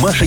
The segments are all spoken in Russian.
Маша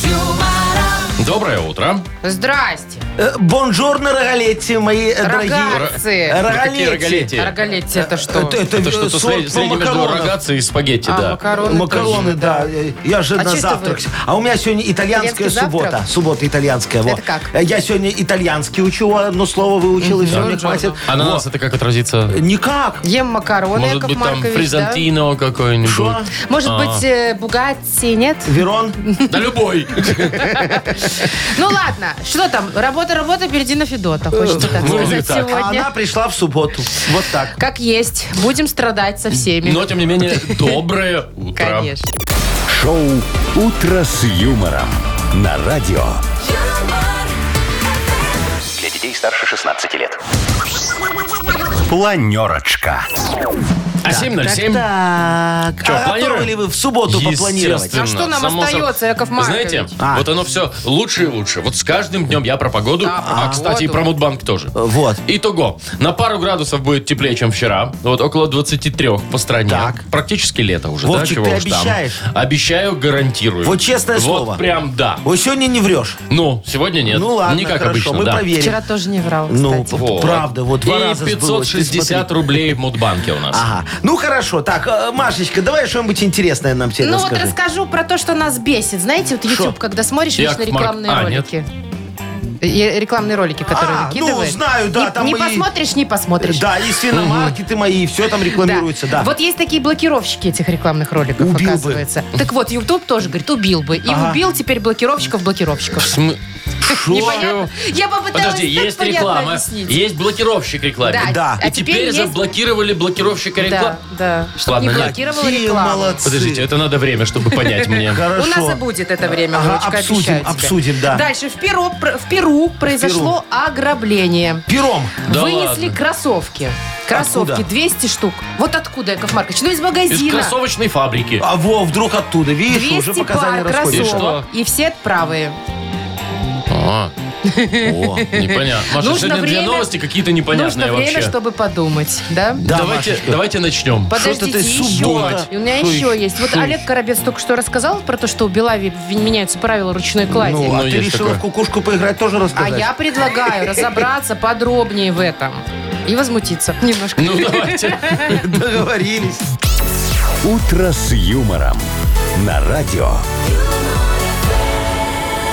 Доброе утро. Здрасте. Э, Бонжорно, рогалетти, мои э, Рогатцы. дорогие. Да какие рогалети? Рогалетти это что? Это, это, Ну, Это э, что-то сорт сред- по среднее между макаронам. рогацей и спагетти, А, да. макароны. Макароны, тоже. да. э, Я же А на чисто завтрак. вы? А у меня сегодня итальянская Итальянский завтрак? суббота. Суббота итальянская. во. Это как? Э, Я сегодня итальянский учу, одно слово выучил, и все, мне хватит. А на нас это как отразится? Никак. Ем макароны, Может Яков быть, там Маркович, фризантино Шо? какое-нибудь? да? Может А. быть, э, Бугатти, нет? Верон? Да любой. Ну ладно, что там? Работа, работа, впереди на Федота. Хочется так ну, сказать так. А она сегодня. пришла в субботу. Вот так. Как есть, будем страдать со всеми. Ну, Но, тем не менее, доброе утро. Конечно. Шоу «Утро с юмором» на радио. Для детей старше 16 лет. Планерочка. А 7.07. Так, Чё, а готовы планируем? ли вы в субботу попланировать? Естественно, А что нам само собой. остается, Яков Вы Маркович? Знаете, А. вот оно все лучше и лучше. Вот с каждым днем я про погоду, а, А, кстати, и погоду. про Мудбанк тоже. Вот. Итого, на пару градусов будет теплее, чем вчера. Вот около 23 по стране. Так. Практически лето уже, да? Вовчик, Чего ты уж там. обещаешь? Обещаю, гарантирую. Вот честное слово. Вот прям да. Вот сегодня не врешь. Ну, сегодня нет. Ну ладно, Не как хорошо, обычно, мы да. проверим. Вчера тоже не врал, Ну, кстати. Вот. правда, вот два И раза сбылось, ты 560 смотри. рублей в Мудбанке у нас. Ага. Ну хорошо, так, э, Машечка, давай что-нибудь интересное нам тебе Ну вот расскажи. расскажу про то, что нас бесит. Знаете, вот YouTube, Шо? когда смотришь вечно Яков Марк- рекламные а, нет. ролики. Э, Рекламные ролики, которые А, ну, выкидывает. знаю, да, Не, там не и- посмотришь, не посмотришь. Да, и свиномаркеты мои, все там рекламируется, да. Вот есть такие блокировщики этих рекламных роликов, Убил бы. оказывается. Так вот, YouTube тоже говорит, убил бы. И Ага. убил теперь блокировщиков блокировщиков. См- Непонятно. Я попыталась Подожди, так есть понятно реклама, объяснить. есть блокировщик рекламы. Да, Да. а И теперь, теперь есть... заблокировали блокировщика рекламы. Да, да. Чтоб Ладно, не не- блокировала Какие рекламу. молодцы. Подождите, а это надо время, чтобы понять мне. Хорошо. У нас и будет это время, Ага, Вовочка, обсудим, обещаю тебе. обсудим, да. Дальше. В Перу, пр- в Перу произошло ограбление. Пером. Да Вынесли ладно. кроссовки. Кроссовки Откуда? 200 штук. Вот откуда, Яков Маркович? Ну, из Из магазина. кроссовочной фабрики. А во, вдруг оттуда, видишь, 200 уже показания пар расходятся. кроссовок. И, все правые. А. О, непонятно. Маша, Нужно сегодня две время- новости какие-то Нужно непонятные время, вообще. чтобы подумать, да? Да, Давайте Машечка. давайте начнем. Что-то Подождите, ты еще. суббота. И У меня Что еще еще? есть. Вот Что Олег еще? Коробец только что рассказал про то, что у Белави в- меняются правила ручной клади. Ну, а Ну, ты есть решила такое. в кукушку поиграть тоже а рассказать? я предлагаю разобраться подробнее в этом. И возмутиться немножко. Ну давайте. Договорились. «Утро с юмором» на радио.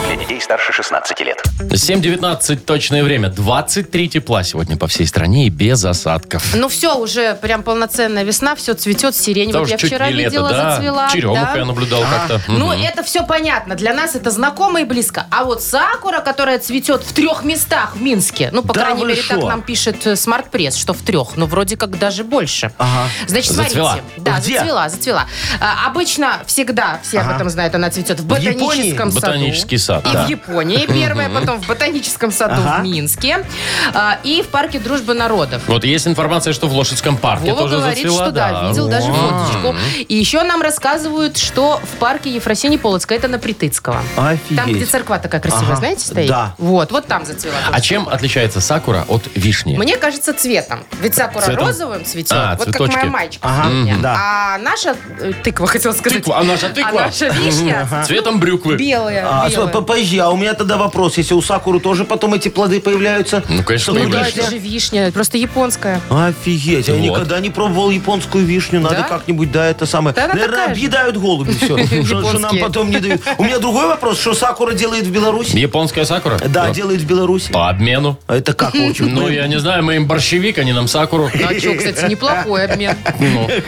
Для детей старше 16 лет. 7.19 точное время. 23 тепла сегодня по всей стране и без осадков. Ну все, уже прям полноценная весна, все цветет, сирень. Да вот уж я чуть вчера не лето, видела, да. зацвела. Черемуху да. я наблюдал как-то. Ну, Мгм. это все понятно. Для нас это знакомо и близко. А вот сакура, которая цветет в трех местах в Минске, ну, по Да крайней вы мере, так шо? нам пишет э, смарт-пресс, что в трех, но вроде как даже больше. Ага. Значит, Зацвела. смотрите. Да, Где? зацвела, зацвела. А, обычно всегда, все об Ага. этом знают, она цветет в Японии? ботаническом саду. Ботанический сад, И да. в Японии первая, потом в ботаническом саду Ага. в Минске. а, И в парке Дружбы народов. Вот есть информация, что в Лошадском парке Вова тоже говорит, зацвела. что да, видел даже фоточку. И еще нам рассказывают, что в парке Ефросини Полоцка, это на Притыцкого. Офигеть. Там, где церква такая красивая, Ага. знаете, стоит? Да. Вот, вот там зацвела. А чем отличается сакура от вишни? Мне кажется, цветом. Ведь сакура Цветом? розовым цветет. А, вот цветочки. как моя мальчика. Ага, сегодня. да. А наша э, тыква, хотела сказать. Тыква, а наша тыква? А наша вишня Цветом брюквы. белая. А, белая. стой, по- подожди, а у меня тогда вопрос, если у Сакуры тоже потом эти плоды появляются? Ну, конечно, Что Ну да, появляются. вишня? это же вишня, просто японская. Офигеть, я Вот. никогда не пробовал японскую вишню. Надо Да? как-нибудь, да, это самое. Да она Наверное, такая же. объедают голуби все, что что нам Японские. потом не дают. У меня другой вопрос, что Сакура делает в Беларуси? Японская сакура? Да, делает в Беларуси. По обмену. А Это как, Вовчик? Ну, я не знаю, мы им борщевик, они нам сакуру. А что, кстати, неплохой обмен.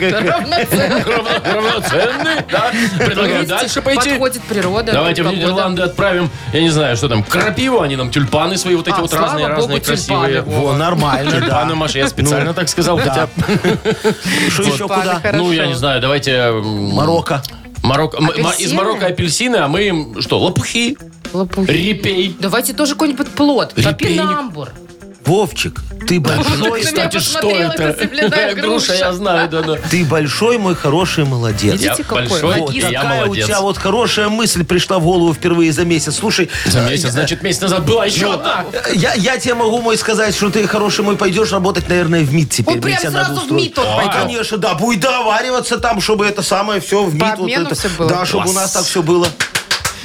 Равноценно. Равно- Равноценный, да? Предлагаю дальше пойти. Подходит природа. Давайте в погода. Нидерланды отправим, я не знаю, что там, крапиву, они нам тюльпаны свои вот эти А, вот слава разные, разные, богу, тюльпаны, красивые. во. Во, нормально, Тюльпаны, да. Маша, я специально так сказал, хотя, Да. Что еще Ладно, куда? хорошо. ну, я не знаю, давайте... м, Марокко. Марокко- м- м- Из Апельсины? Марокко апельсины, а мы им что, лопухи, Лопухи. репей. Давайте тоже какой-нибудь плод. Репейник. Топинамбур. Вовчик, Ну, ты большой, на меня посмотрел, это земляная груша. я знаю, да, да. ты большой мой хороший молодец. Я Видите, какой? большой, Вот и я такая у молодец. тебя вот хорошая мысль пришла в голову впервые за месяц. Слушай, За э, месяц, значит, месяц назад была еще одна. я, я тебе могу, мой, сказать, что ты, хороший мой, пойдешь работать, наверное, в МИД теперь. Он Мне прям тебя надо сразу в устроить. МИД он А, пойдет. Конечно, да, будет договариваться там, чтобы это самое все в МИД. вот обмену это. всё было. Да, чтобы у нас Класс. так все было.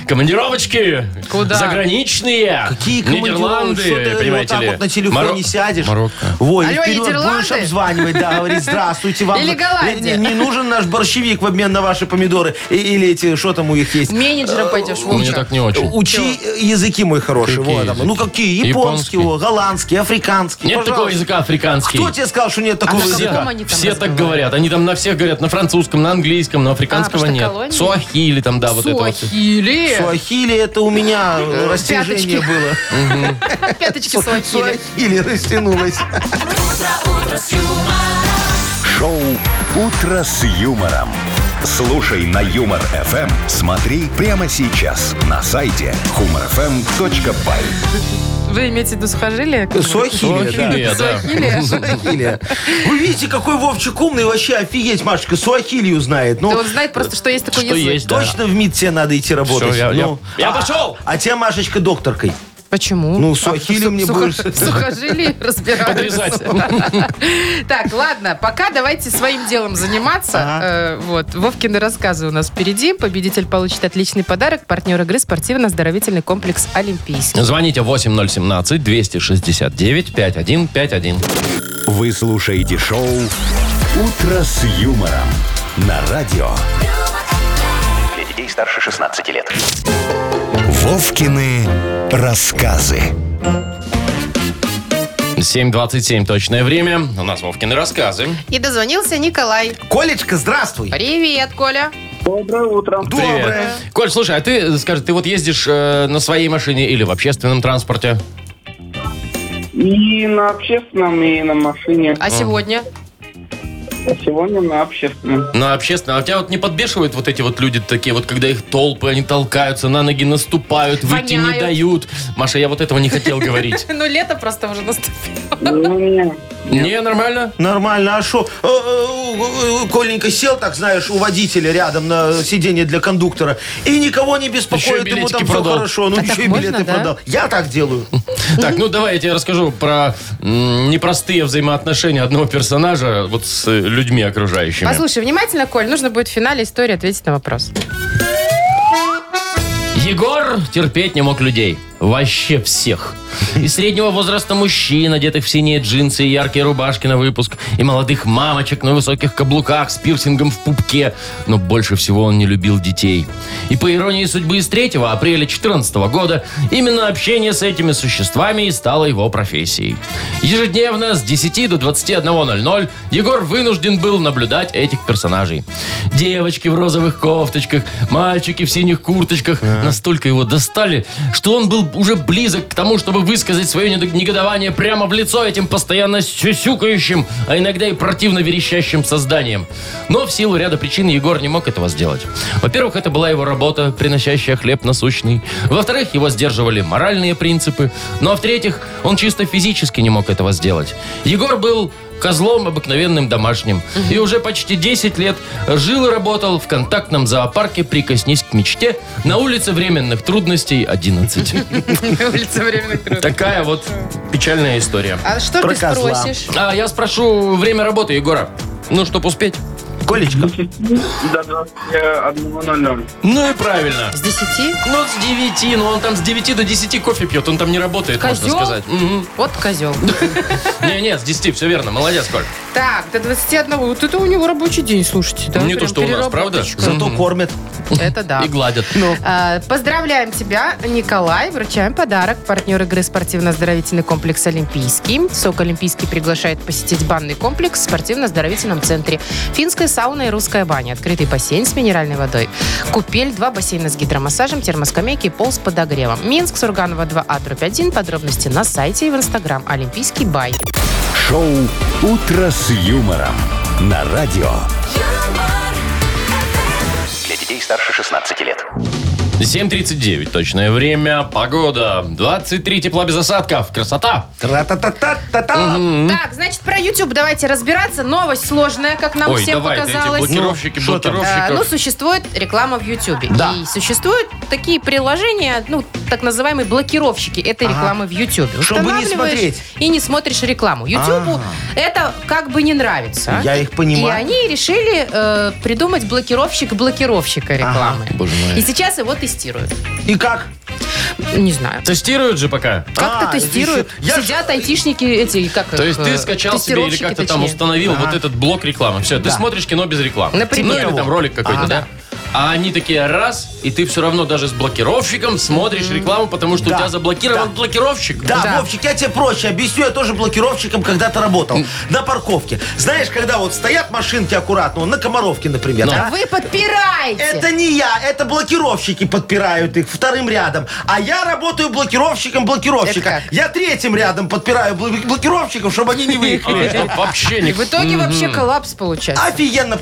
Командировочки. Куда? Заграничные. Какие командировки? Нидерланды, Что ты вот понимаете так ли. вот на телефоне Моро- сядешь. Марокко. Ой, Алло, вперед Нидерланды? будешь обзванивать, да, говорить, здравствуйте вам. Или Голландия. Не, не нужен наш борщевик в обмен на ваши помидоры. И- Или эти, что там у них есть? Менеджером пойдешь, Мне Вовчик. так не очень. Учи э, языки, мой хороший. Какие вот там. языки? Ну какие? Японский? Японский, о, голландский, африканский. Нет такого Пожалуйста. языка А африканский. Кто тебе сказал, что нет такого на языка? каком они там все так разговаривают? говорят. Они там на всех говорят. На французском, на английском, на А, африканского потому что нет. колония. Суахили там, да, вот это вот. всё. Суахили. Суахили это у меня э, растяжение пяточки. было. Пяточки суахили. Суахили растянулось. Шоу «Утро с юмором». Слушай на Юмор ФМ. Смотри прямо сейчас на сайте humorfm.by. Вы имеете в виду сухожилие? Суахили, Суахили, да. да. Суахили. Вы видите, какой Вовчик умный, вообще офигеть, Машечка, Суахилию знает. Ну, Да он знает просто, что есть такой Что язык. есть, да. точно в МИД тебе надо идти работать. Всё, я- я- Ну, я а- пошел! А тебе, Машечка, докторкой. Почему? Ну, А, суахили су- мне сухо- будешь. Сухожилие Подрезать. разбираемся. Так, ладно, пока давайте своим делом заниматься. Э, Вот, Вовкины рассказы у нас впереди. Победитель получит отличный подарок. Партнер игры спортивно-оздоровительный комплекс «Олимпийский». Звоните 8017-269-5151. Вы слушаете шоу «Утро с юмором» на радио. Для детей старше 16 лет. Вовкины рассказы. 7.27 точное время. У нас Вовкины рассказы. И дозвонился Николай. Колечка, здравствуй. Привет, Коля. Доброе утро. Привет. Коль, слушай, а ты, скажи, ты вот ездишь э, на своей машине или в общественном транспорте? И на общественном, и на машине. А сегодня? А сегодня на общественном. На общественном. А тебя вот не подбешивают вот эти вот люди такие, вот когда их толпы, они толкаются, на ноги наступают, выйти не Воняют. дают. Маша, я вот этого не хотел говорить. Ну, лето просто уже наступило. Ну, не. Не, нормально? Нормально, а что? э, Коленька сел, так знаешь, у водителя рядом на сиденье для кондуктора. И никого не беспокоит, ему билетики там все продал. хорошо. Ну А так еще и можно, билеты да? продал. Я так делаю. Так, ну давай я тебе расскажу про м, непростые взаимоотношения одного персонажа вот с э, людьми окружающими. Послушай внимательно, Коль, нужно будет в финале истории ответить на вопрос. Егор терпеть не мог людей. Вообще всех. И среднего возраста мужчин, одетых в синие джинсы и яркие рубашки на выпуск, и молодых мамочек на высоких каблуках с пирсингом в пупке. Но больше всего он не любил детей. И по иронии судьбы, с 3 апреля 2014 года именно общение с этими существами и стало его профессией. Ежедневно с 10 до 21.00 Егор вынужден был наблюдать этих персонажей. Девочки в розовых кофточках, мальчики в синих курточках настолько его достали, что он был уже близок к тому, чтобы высказать свое недо- негодование прямо в лицо этим постоянно сюсюкающим, а иногда и противно верещащим созданием. Но в силу ряда причин Егор не мог этого сделать. Во-первых, это была его работа, приносящая хлеб насущный. Во-вторых, его сдерживали моральные принципы. Ну а в-третьих, он чисто физически не мог этого сделать. Егор был козлом обыкновенным домашним. И уже почти 10 лет жил и работал в контактном зоопарке «Прикоснись к мечте» на улице временных трудностей 11. Улица временных трудов. Такая вот печальная история. А что Про ты козла. спросишь? А я спрошу время работы Егора. Ну, чтоб успеть. Колечка, До 21.00. Ну и правильно. С 10? Ну, с 9, ну он там с 9 до 10 кофе пьет, он там не работает, Козёл? можно сказать. Мгм. Вот козел. Не-не, с 10, все верно, молодец, Коль. Так, до 21. Вот это у него рабочий день, слушайте. Да? Не Прям то, что у нас, правда? переработочка. зато кормят. Это да. И гладят. А, Поздравляем тебя, Николай. Вручаем подарок. Партнер игры спортивно-оздоровительный комплекс «Олимпийский». СОК «Олимпийский» приглашает посетить банный комплекс в спортивно-оздоровительном центре. Финская сауна и русская баня. Открытый бассейн с минеральной водой. Купель, два бассейна с гидромассажем, термоскамейки и пол с подогревом. Минск, Сурганова 2А, дробь 1. Подробности на сайте и в инстаграм «Олимпийский бай». Шоу «Утро с юмором» на радио. Для детей старше 16 лет. 7.39 точное время. Погода. 23 тепла без осадков. Красота. Тра-та-та-та-та-та. М-м. Так, значит, про YouTube давайте разбираться. Новость сложная, как нам Ой, всем давай, эти показалось. блокировщики, что Э, там? Ну, блокировщиков. существует реклама в Ютьюбе. Да. И существуют такие приложения, ну, так называемые блокировщики этой рекламы в Ютьюбе. Чтобы не Устанавливаешь смотреть. И не смотришь рекламу. Ютьюбу это как бы не нравится. Я их И понимаю. они решили э, придумать блокировщик блокировщика рекламы. Боже мой. И сейчас его тестируют. И как? Не знаю. Тестируют же пока. Как-то А, тестируют. это еще- я Сидят айтишники эти, как То есть их, ты э, скачал себе или тестировщики, как-то там точнее. установил вот этот блок рекламы. Все, ты Да. смотришь кино без рекламы. Например. Ну или там Того. ролик какой-то, Ага. да? А они такие раз, и ты все равно даже с блокировщиком смотришь рекламу, потому что у Да. тебя заблокирован Да. блокировщик. Да, Да. Вовчик, я тебе проще объясню. Я тоже блокировщиком когда-то работал. На парковке. Знаешь, когда вот стоят машинки аккуратно, вот на Комаровке, например, да? Вы подпираете. Это не я, это блокировщики подпирают их вторым рядом. А я работаю блокировщиком Это блокировщика. как? Я третьим рядом подпираю бл- блокировщиков, чтобы они не А, выехали. чтоб вообще И не... в итоге вообще коллапс получается. Офигенно А я думаю,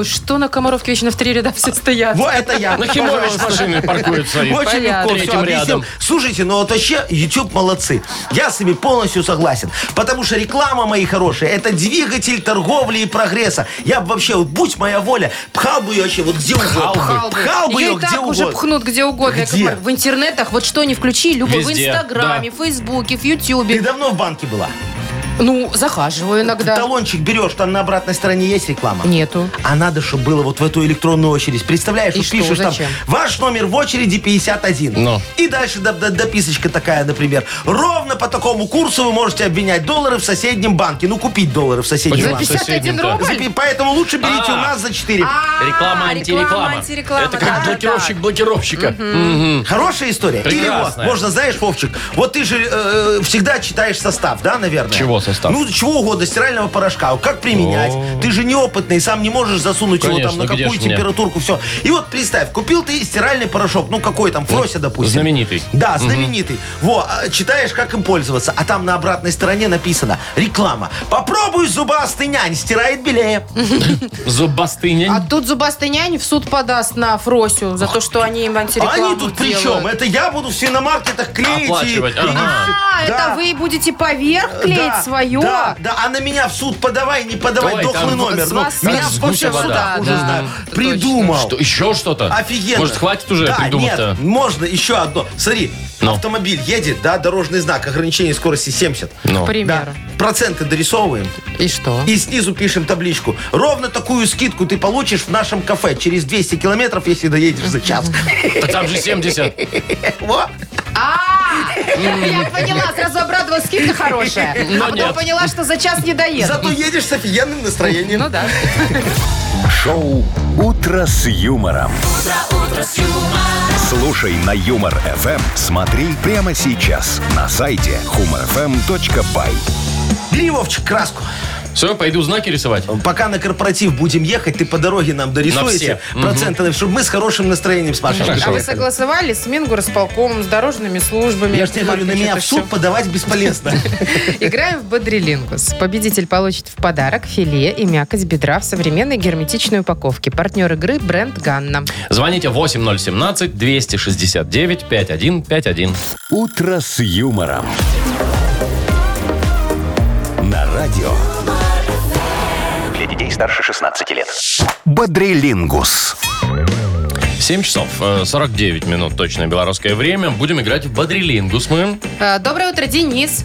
получается. что на Комаровке вечно в три ряда все стоят. Вот это я. Нахимович Пожалуйста. машины паркует свои. Очень легко Ну, Третьим все объяснил. рядом. Слушайте, ну вот вообще YouTube молодцы. Я с ними полностью согласен. Потому что реклама, мои хорошие, это двигатель торговли и прогресса. Я бы вообще, вот будь моя воля, пхал бы ее вообще вот где угодно. Пхал бы. Пхал бы Её ее и где так уже угодно. пхнут где угодно. Яков Где? Маркович. В интернетах, вот что не включи, любо в Везде, Инстаграме, да. в Фейсбуке, в Ты Ютьюбе. давно в банке была? Ну, захаживаю иногда. Талончик берешь, там на обратной стороне есть реклама? Нету. А надо, чтобы было вот в эту электронную очередь. Представляешь, И вот что, пишешь зачем? там, ваш номер в очереди 51. Ну. И дальше доп- доп- дописочка такая, например. Ровно по такому курсу вы можете обменять доллары в соседнем банке. Ну, купить доллары в соседнем За Понимаю. банке. Соседним, 51 да. За пи- рубль? Поэтому лучше берите А. у нас за 4. А, Реклама, антиреклама. антиреклама, Это как да, блокировщик да. блокировщика. Хорошая история. Или Прекрасная. вот, можно, знаешь, Вовчик, вот ты же э, всегда читаешь состав, да, наверное? Чего состав? Ну, чего угодно, стирального порошка, как применять. Ты же неопытный, сам не можешь засунуть его Конечно, ну там на где какую ж мне? температурку, все. И вот представь, купил ты стиральный порошок, ну, какой там, Фрося, допустим. знаменитый. Да, знаменитый. Во, а, читаешь, как им пользоваться, а там на обратной стороне написано реклама. Попробуй зубастый нянь, стирает белее. Зубастый А нянь. тут зубастый нянь в суд подаст на Фросю за то, что они им А антирекламу они тут при чем? делают. Это я буду в свиномаркетах клеить. и- Оплачивать, и- ага. А, это Да. вы будете поверх клеить Да, свое? Да, да, а на меня в суд подавай, не подавай, Ой, дохлый там номер. с Ну, вас меня как с в во гуся всех вода. судах уже Да, знаю. это Придумал. Что, еще что-то? Офигенно. Может, хватит уже да, придумать-то? Нет, можно еще одно. Смотри, Ну. автомобиль едет, да, дорожный знак, ограничение скорости 70. Ну. К примеру. Да. Проценты дорисовываем И что? и снизу пишем табличку. Ровно такую скидку ты получишь в нашем кафе через 200 километров, если доедешь за час. Так А там же 70. Вот. А, я поняла, сразу обрадовалась, скидка хорошая. Ну Но А потом нет. поняла, что за час не доеду. А Зато едешь с офигенным настроением. Ну да. Шоу «Утро с юмором». Слушай на Юмор ФМ, смотри прямо сейчас на сайте humorfm.by. Бери, Вовчик, краску. Все, пойду знаки рисовать. Пока на корпоратив будем ехать, ты по дороге нам дорисуете На все. проценты, чтобы мы с хорошим настроением с Машей. Хорошо. А вы согласовали с Мингорсполкомом, с дорожными службами? Я же тебе говорю, на Маркович, меня это в суд всё. подавать бесполезно. Играем в Бодрилингус. Победитель получит в подарок филе и мякоть бедра в современной герметичной упаковке. Партнер игры бренд Ганна. Звоните 8017-269-5151. «Утро с юмором». На радио Для детей старше 16 лет. «Бодрилингус». 7 часов э, 49 минут, точное белорусское время. Будем играть в Бодрилингус мы. Э, Доброе утро, Денис.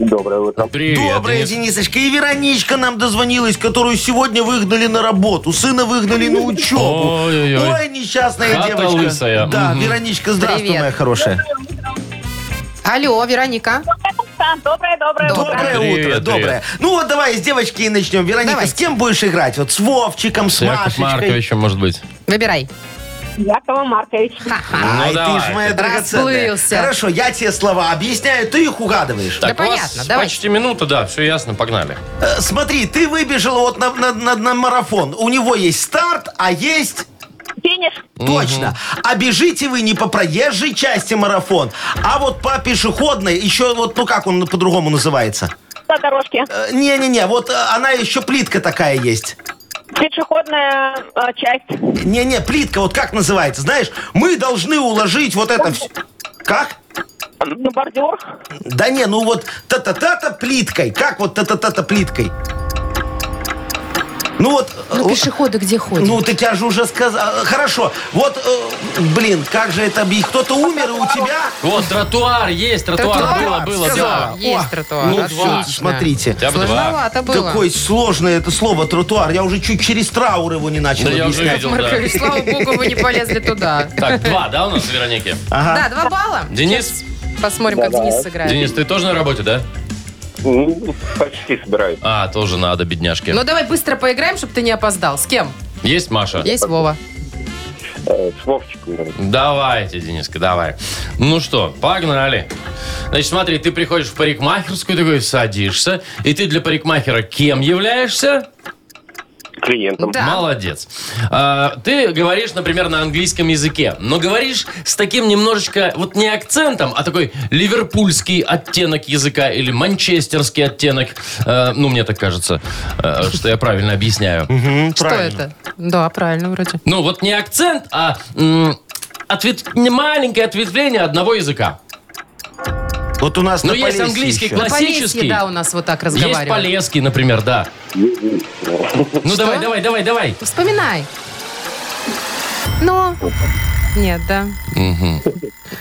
Доброе утро. Привет, Добрая, Денис. Денисочка. И Вероничка нам дозвонилась, которую сегодня выгнали на работу. Сына выгнали на учебу. Ой-ой-ой. Ой, несчастная Хата девочка. лысая. Да, Мгм. Вероничка, здравствуй, Привет. моя хорошая. Алло, Вероника. Доброе-доброе утро. Доброе Привет, утро, привет. доброе. Ну вот давай с девочки и начнем. Вероника, Давайте. с кем будешь играть? Вот с Вовчиком, с С Яков Машечкой. Марковичем, может быть. Выбирай. Якова Маркович. Ай, Ну, давай. ты ж моя драгоценная. Расплылся. Хорошо, я тебе слова объясняю, ты их угадываешь. Так, у вас понятно, давай. Почти минута, да, все ясно, погнали. Э, Смотри, ты выбежала вот на, на- на- на марафон. У него есть старт, а есть... Финиш. Точно. А бежите вы не по проезжей части марафон, а вот по пешеходной, еще вот, ну как он по-другому называется? На дорожке. Э, Не-не-не, вот э, она еще плитка такая есть. Пешеходная э, часть. Не-не, плитка, вот как называется, знаешь, мы должны уложить вот это все. Как? Ну, бордюр. Да не, ну вот та-та-та-та плиткой. Как вот та-та-та-та плиткой? Ну вот... Ну, э, пешеходы где ходят? Ну, так я же уже сказал. Хорошо. Вот, э, блин, как же это... объ- Кто-то умер, и у тебя... Вот, тротуар есть, тротуар, было, было, Всё, да. Есть О, тротуар. ну, отлично. всё, смотрите. Хотя бы два. Сложновато было. Какое сложное это слово тротуар. Я уже чуть через траур его не начал Да я уже объяснять. видел, да. Маркович, слава богу, вы не полезли туда. Так, два, да, у нас, Вероники? Да, два балла. Денис? Сейчас посмотрим, как Денис сыграет. Денис, ты тоже на работе, да? Ну, Почти собираюсь. А, тоже надо, бедняжки. Ну давай быстро поиграем, чтобы ты не опоздал. С кем? Есть Маша? Есть Вова. Э, С Вовчиком. наверное. Давайте, Дениска, давай. Ну что, погнали. Значит, смотри, ты приходишь в парикмахерскую, такой садишься, и ты для парикмахера кем являешься? Клиентом. Да. Молодец. А, ты говоришь, например, на английском языке, но говоришь с таким немножечко, вот не акцентом, а такой ливерпульский оттенок языка или манчестерский оттенок. Э, ну, мне так кажется, э, что я правильно объясняю. Что это? Да, правильно вроде. Ну, вот не акцент, а м, ответ- не маленькое ответвление одного языка. Вот у нас Ну, на есть Полесье английский еще. класс. Классический. Полесье, да, у нас вот так Есть разговаривают. Полесский, например, да. Ну, давай, давай, давай, давай. Вспоминай. Но... Нет, да.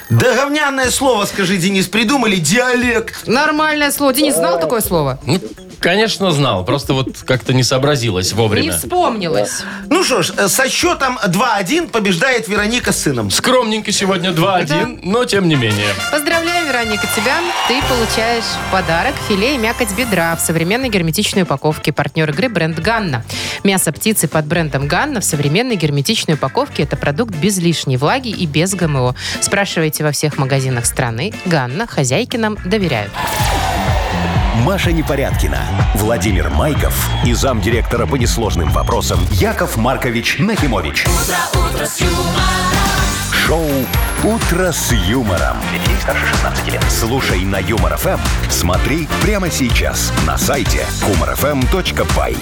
Да говняное слово, скажи, Денис, придумали диалект. Нормальное слово. Денис, знал такое слово? Ну, конечно, знал, просто вот как-то не сообразилось Не вовремя. вспомнилось. Ну что ж, э, со счетом 2-1 побеждает Вероника с сыном. Скромненько сегодня 2-1, но тем не менее. Поздравляю, Вероника, тебя. Ты получаешь в подарок филе и мякоть бедра в современной герметичной упаковке. Партнер игры бренд «Ганна». Мясо птицы под брендом «Ганна» в современной герметичной упаковке – это продукт без лишней влаги и без ГМО. Спрашивайте во всех магазинах страны. «Ганна» хозяйки нам доверяют. Маша Непорядкина, Владимир Майков и замдиректора по несложным вопросам Яков Маркович Нахимович. Шоу Утро с юмором. Детей старше 16 лет. Слушай на юмор ФМ. Смотри прямо сейчас на сайте humorfm.by.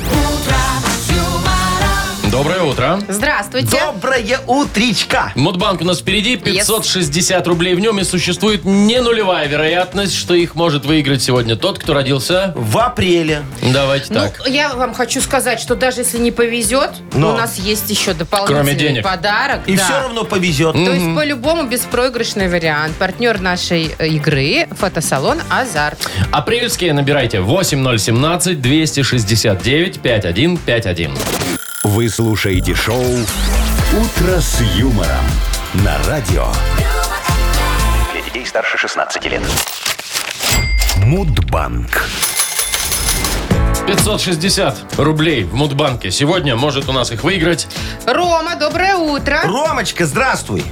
Доброе утро. Здравствуйте. Доброе утречка. Модбанк у нас впереди, 560 рублей в нем, и существует не нулевая вероятность, что их может выиграть сегодня тот, кто родился... В апреле. Давайте Ну, так. я вам хочу сказать, что даже если не повезет, Но. у нас есть еще дополнительный Кроме денег. подарок. И да. все равно повезет. То есть, по-любому, беспроигрышный вариант. Партнер нашей э, игры – фотосалон «Азарт». Апрельские набирайте 8017-269-5151. Вы слушаете шоу Утро с юмором на радио Для детей старше 16 лет. Мудбанк. 560 рублей в Мудбанке. Сегодня может у нас их выиграть Рома, доброе утро. Ромочка, здравствуй.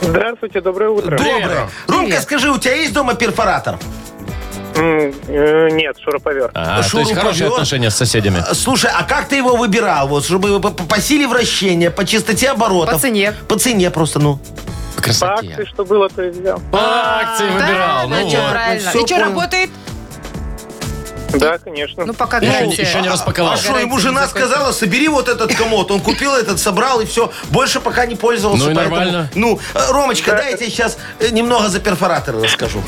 Здравствуйте, доброе утро. Доброе. Ромка, скажи, у тебя есть дома перфоратор? э, Нет, шуруповерт. А, то есть Шуруповерт. хорошие отношения с соседями. А, Слушай, а как ты его выбирал? Вот, чтобы по, по силе вращения, по частоте оборотов. По цене. По цене просто, ну. По Красоте. акции, что было, то и взял. По акции выбирал. А, Да, ну Надя, вот. правильно. Всё И что, понял. работает? Да, конечно. Ну, пока Еще, гарантия. еще не распаковал. А что, ему Гарантия жена не закончена. сказала, собери вот этот комод. Он купил этот, собрал и все. Больше пока не пользовался. Ну и поэтому- нормально. Ну, э, Ромочка, дай я тебе сейчас немного за перфоратор расскажу.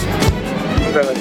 Давай.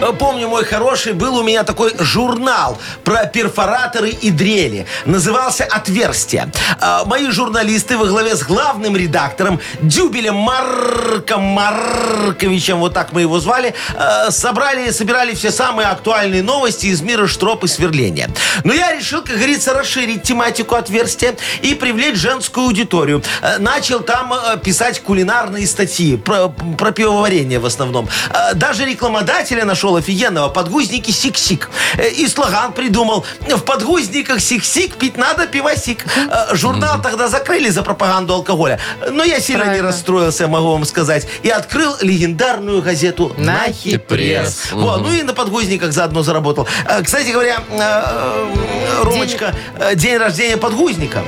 Э, Помню, мой хороший, был у меня такой журнал про перфораторы и дрели. Назывался «Отверстие». А, Мои журналисты во главе с главным редактором Дюбелем Марком Марковичем, вот так мы его звали, э, собрали, собирали все самые актуальные новости из мира штроп и сверления. Но я решил, как говорится, расширить тематику «Отверстия» и привлечь женскую аудиторию. Э, Начал там э, писать кулинарные статьи про, про пивоварение в основном. Э, Даже рекламодателя нашел офигенного. Подгузники сик-сик. Э, И слоган придумал. В подгузниках сик-сик пить надо пивосик. Э, Журнал тогда закрыли за пропаганду алкоголя. Но я сильно не Правильно. расстроился, могу вам сказать. И открыл легендарную газету Нахи «Нахи пресс». Во, ну и на подгузниках заодно заработал. Э, Кстати говоря, э, э, Ромочка, э, день рождения подгузника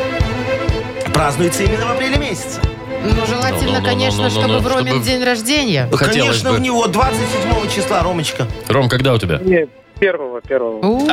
празднуется именно в апреле месяце. Ну, желательно, Ну-ну-ну-ну-ну-ну, конечно, чтобы в Роме чтобы- день рождения. Ну, Хотелось Конечно, бы. в него 27 числа, Ромочка. Ром, когда у тебя? Нет, первого, первого. У.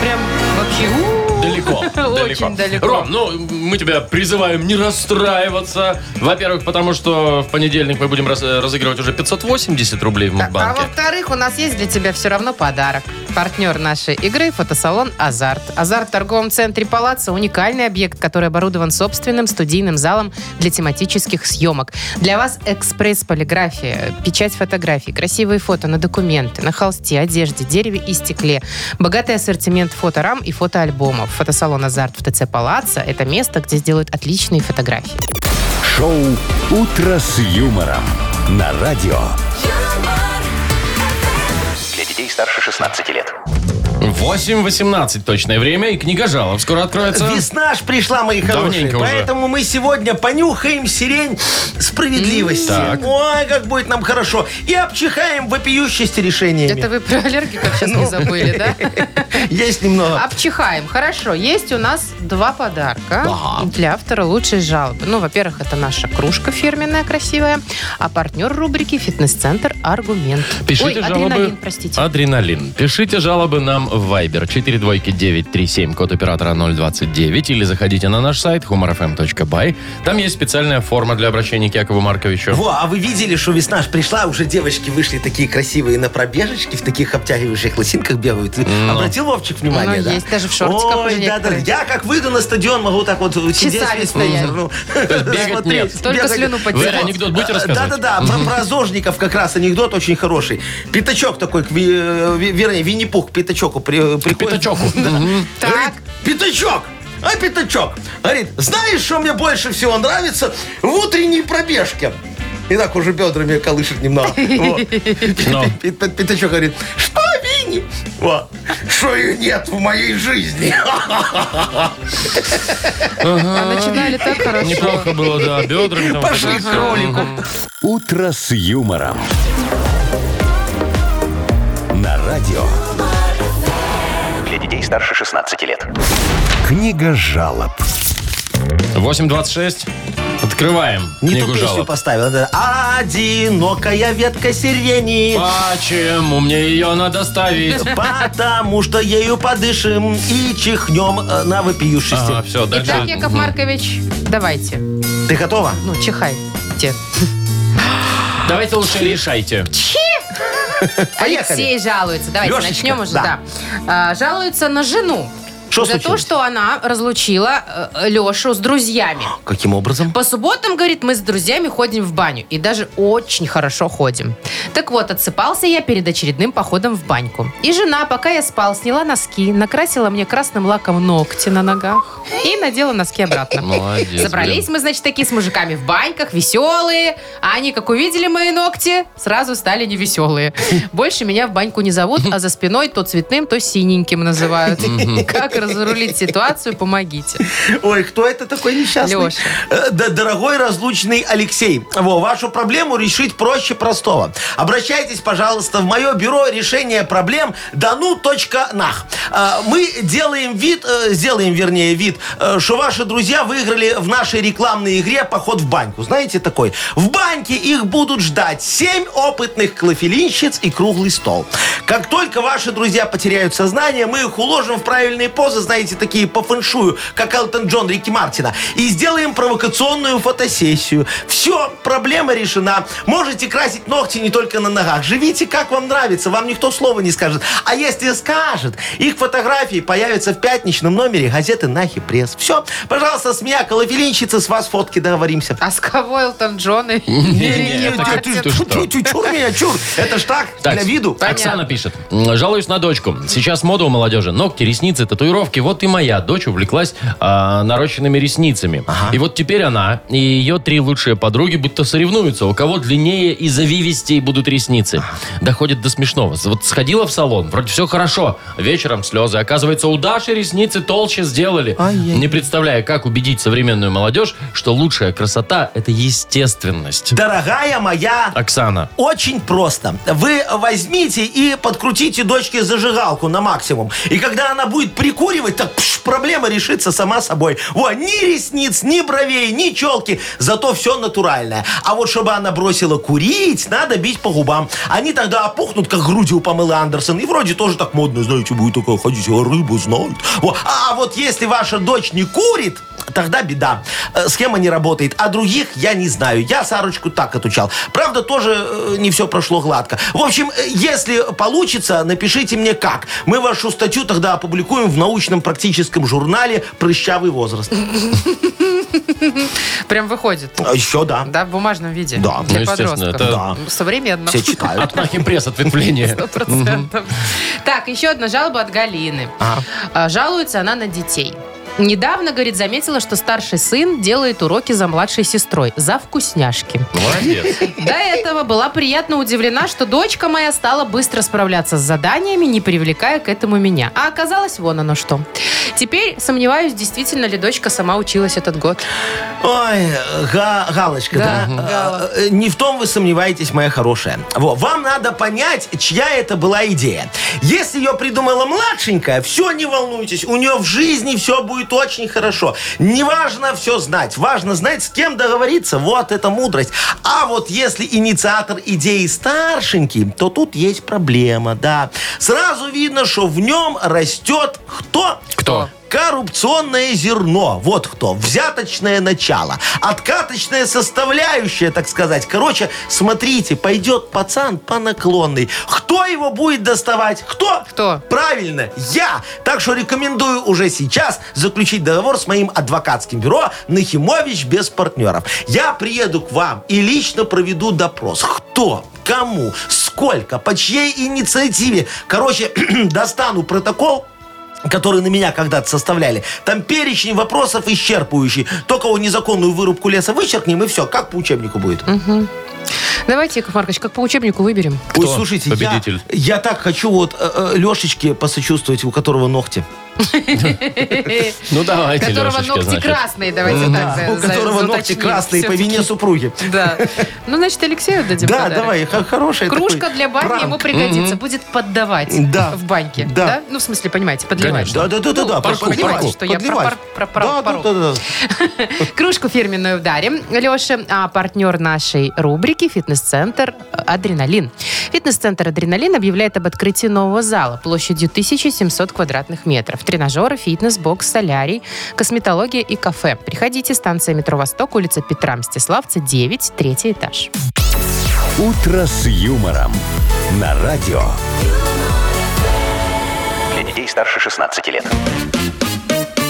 Прям вообще у. Далеко. Очень далеко. Ром, ну, мы тебя призываем не расстраиваться. Во-первых, потому что в понедельник мы будем раз- разыгрывать уже 580 рублей в Так, А Мудбанке. во-вторых, у нас есть для тебя все равно подарок. Партнер нашей игры – фотосалон «Азарт». «Азарт» в торговом центре «Палаца» – уникальный объект, который оборудован собственным студийным залом для тематических съемок. Для вас экспресс-полиграфия, печать фотографий, красивые фото на документы, на холсте, одежде, дереве и стекле. Богатый ассортимент фоторам и фотоальбомов. Фотосалон «Азарт» в ТЦ «Палаца» – это место, где сделают отличные фотографии. Шоу «Утро с юмором» на радио. юмор, Для детей старше 16 лет. 8.18 точное время, и книга жалоб скоро откроется. Весна ж пришла, мои хорошие. Давненько уже. Поэтому мы сегодня понюхаем сирень справедливости. Так. Ой, как будет нам хорошо. И обчихаем вопиющести решениями. Это вы про аллергиков сейчас не забыли, да? Есть немного. Обчихаем. Хорошо, есть у нас два подарка для автора лучшей жалобы. Ну, во-первых, это наша кружка фирменная, красивая, а партнер рубрики «Фитнес-центр Аргумент». Пишите Ой, жалобы. адреналин, простите. Адреналин. Пишите жалобы нам в Viber 42937, код оператора 029, или заходите на наш сайт humorfm.by. Там есть специальная форма для обращения к Якову Марковичу. Во, а вы видели, что весна ж пришла, уже девочки вышли такие красивые на пробежечки, в таких обтягивающих лосинках бегают. Ты Ну. Обратил Вовчик внимание, Ну, да? есть, даже в шортиках Ой, уже да, да. некоторые. Я как выйду на стадион, могу так вот сидеть Часами весь стоять. вечер, ну, бегать смотреть, нет. Только слюну Вы подтирать. анекдот будете рассказывать? А, Да-да-да, про, про зожников как раз анекдот очень хороший. Пятачок такой, к ви- э, ви- вернее, Винни-Пух к Пятачоку при- э, приходит. Пятачоку. Да. Мгм. Так. Говорит, Пятачок! А пятачок? Говорит, знаешь, что мне больше всего нравится в утренней пробежке? И так уже бедрами колышет немного. Вот. Но. Пи- пи- Пятачок говорит, что, Винни? Вот. Что ее нет в моей жизни. А начинали так хорошо. Неплохо было, да, бедрами. там Пошли вот к это всё. кролику. «Утро с юмором». На радио. Для детей старше 16 лет. Книга жалоб. 8.26. Открываем Не ту книгу песню жалоб. поставил. да. Одинокая ветка сирени. Почему мне ее надо ставить? Потому что ею подышим и чихнем э, на вопиющести. Ага, все, дальше. Итак, Яков Маркович, давайте. Ты готова? Ну, чихайте. Давайте лучше решайте. Поехали. Алексей жалуется. Давайте Лешечка, начнем уже. да. Да. А, жалуется на жену. Что за то, случилось? что она разлучила э, Лешу с друзьями. Каким образом? По субботам, говорит, мы с друзьями ходим в баню. И даже очень хорошо ходим. Так вот, отсыпался я перед очередным походом в баньку. И жена, пока я спал, сняла носки, накрасила мне красным лаком ногти на ногах и надела носки обратно. Молодец. Собрались блин. мы, значит, такие с мужиками в баньках, веселые. А они, как увидели мои ногти, сразу стали невеселые. Больше меня в баньку не зовут, а за спиной то цветным, то синеньким называют. Как разрулить ситуацию, помогите. Ой, кто это такой несчастный? Леша. Э, Да, дорогой разлучный Алексей, во, вашу проблему решить проще простого. Обращайтесь, пожалуйста, в мое бюро решения проблем danu.nach. А, Мы делаем вид, э, сделаем, вернее, вид, э, что ваши друзья выиграли в нашей рекламной игре поход в баньку. Знаете, такой? В баньке их будут ждать 7 опытных клофелинщиц и круглый стол. Как только ваши друзья потеряют сознание, мы их уложим в правильные позы, знаете, такие по фэншую, как Элтон Джон Рики Мартина, и сделаем провокационную фотосессию. Все, проблема решена. Можете красить ногти не только на ногах. Живите, как вам нравится. Вам никто слова не скажет. А если скажет, их фотографии появятся в пятничном номере газеты «Нахи Пресс». Все, пожалуйста, с меня, колофелинщица, с вас фотки договоримся. А с кого Элтон Джон и Не-не-не, Рики это Мартин? ты- Чур, чур, чур, чур меня, чур. Это ж так, Так, для виду. Оксана пишет. «М, Жалуюсь на дочку. Сейчас мода у молодежи. Ногти, ресницы, татуировки. Вот и моя дочь увлеклась а, нарощенными ресницами. И вот теперь она и ее три лучшие подруги будто соревнуются. У кого длиннее и завивистей будут ресницы. Доходит до смешного. Вот сходила в салон, вроде все хорошо. Вечером слезы. Оказывается, у Даши ресницы толще сделали. Не представляю, как убедить современную молодежь, что лучшая красота – это естественность. Дорогая моя Оксана. Очень просто. Вы возьмите и подкрутите дочке зажигалку на максимум. И когда она будет прикуривать, накуривать, так пш, проблема решится сама собой. Во, ни ресниц, ни бровей, ни челки, зато все натуральное. А вот чтобы она бросила курить, надо бить по губам. Они тогда опухнут, как груди у Памелы Андерсон, и вроде тоже так модно, знаете, будет такая ходить, а рыбу знают. Во. А вот если ваша дочь не курит, тогда беда. Э, Схема не работает. А других я не знаю. Я Сарочку так отучал. Правда, тоже э, не все прошло гладко. В общем, э, если получится, напишите мне как. Мы вашу статью тогда опубликуем в научном практическом журнале «Прыщавый возраст». Прям выходит. А Еще да. Да, в бумажном виде. Да. Ну, Для естественно, подростков. это- Да. Современно. Все читают. пресс ответвление. Сто процентов. Так, еще одна жалоба от Галины. А, Жалуется она на детей. Недавно, говорит, заметила, что старший сын делает уроки за младшей сестрой, за вкусняшки. Молодец. До этого была приятно удивлена, что дочка моя стала быстро справляться с заданиями, не привлекая к этому меня. А оказалось, вон оно что. Теперь сомневаюсь, действительно ли дочка сама училась этот год. Ой, га- галочка, Да, да? Гала. Э, э, Не в том вы сомневаетесь, моя хорошая. Во, вам надо понять, чья это была идея. Если ее придумала младшенькая, все, не волнуйтесь, у нее в жизни все будет очень хорошо. Не важно все знать, важно знать, с кем договориться. Вот это мудрость. А вот если инициатор идеи старшенький, то тут есть проблема, да. Сразу видно, что в нем растет кто? Кто? Коррупционное зерно. Вот кто. Взяточное начало. Откаточная составляющая, так сказать. Короче, смотрите, пойдет пацан по наклонной. Кто его будет доставать? Кто? Кто? Правильно, я. Так что рекомендую уже сейчас заключить договор с моим адвокатским бюро Нахимович без партнеров. Я приеду к вам и лично проведу допрос. Кто? Кому? Сколько? По чьей инициативе? Короче, достану протокол который на меня когда-то составляли. Там перечень вопросов исчерпывающий. Только у незаконную вырубку леса вычеркнем, и все, как по учебнику будет. Давайте, Яков Маркович, как по учебнику выберем. Ой, Кто слушайте, я- победитель? Я, так хочу вот э, э, Лешечке посочувствовать, у которого ногти. Ну давайте, Которого Лешечка, ногти значит. красные, давайте Да, так за- у за- которого ногти зауточним. красные по вине супруги. Да. Ну, значит, Алексею дадим Да, подарок. давай, х- хорошая Кружка такой для бани пранк. ему пригодится. Будет поддавать Да. в баньке. Да. Да. Ну, в смысле, понимаете, подливать. Да, да, да, да, Ну, да. парку, подливать, понимаете, что я подливать. про- про- про- Да, пару. да, да, да. Кружку фирменную дарим Леше, а партнер нашей рубрики «Фитнес-центр Адреналин». Фитнес-центр «Адреналин» объявляет об открытии нового зала площадью 1700 квадратных метров. Тренажеры, фитнес, бокс, солярий, косметология и кафе. Приходите, станция метро «Восток», улица Петра Мстиславца, 9, третий этаж. «Утро с юмором» на радио. Для детей старше 16 лет.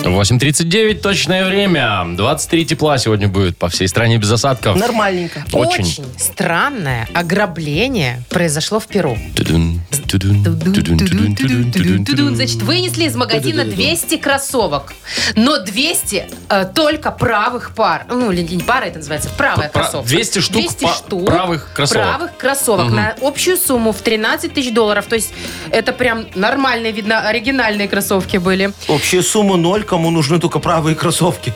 8.39 точное время. 23 тепла сегодня будет по всей стране без осадков. Нормальненько. Очень. странное ограбление произошло в Перу. Тудун, тудун, тудун, тудун, тудун, тудун, тудун. Значит, вынесли из магазина 200 кроссовок, но 200 э, только правых пар. Ну, или не пара, это называется, правая Пра- кроссовка. 200 штук 200 па- штук правых кроссовок. правых кроссовок на общую сумму в 13 тысяч долларов. То есть это прям нормальные, видно, оригинальные кроссовки были. Общая сумма ноль, кому нужны только правые кроссовки.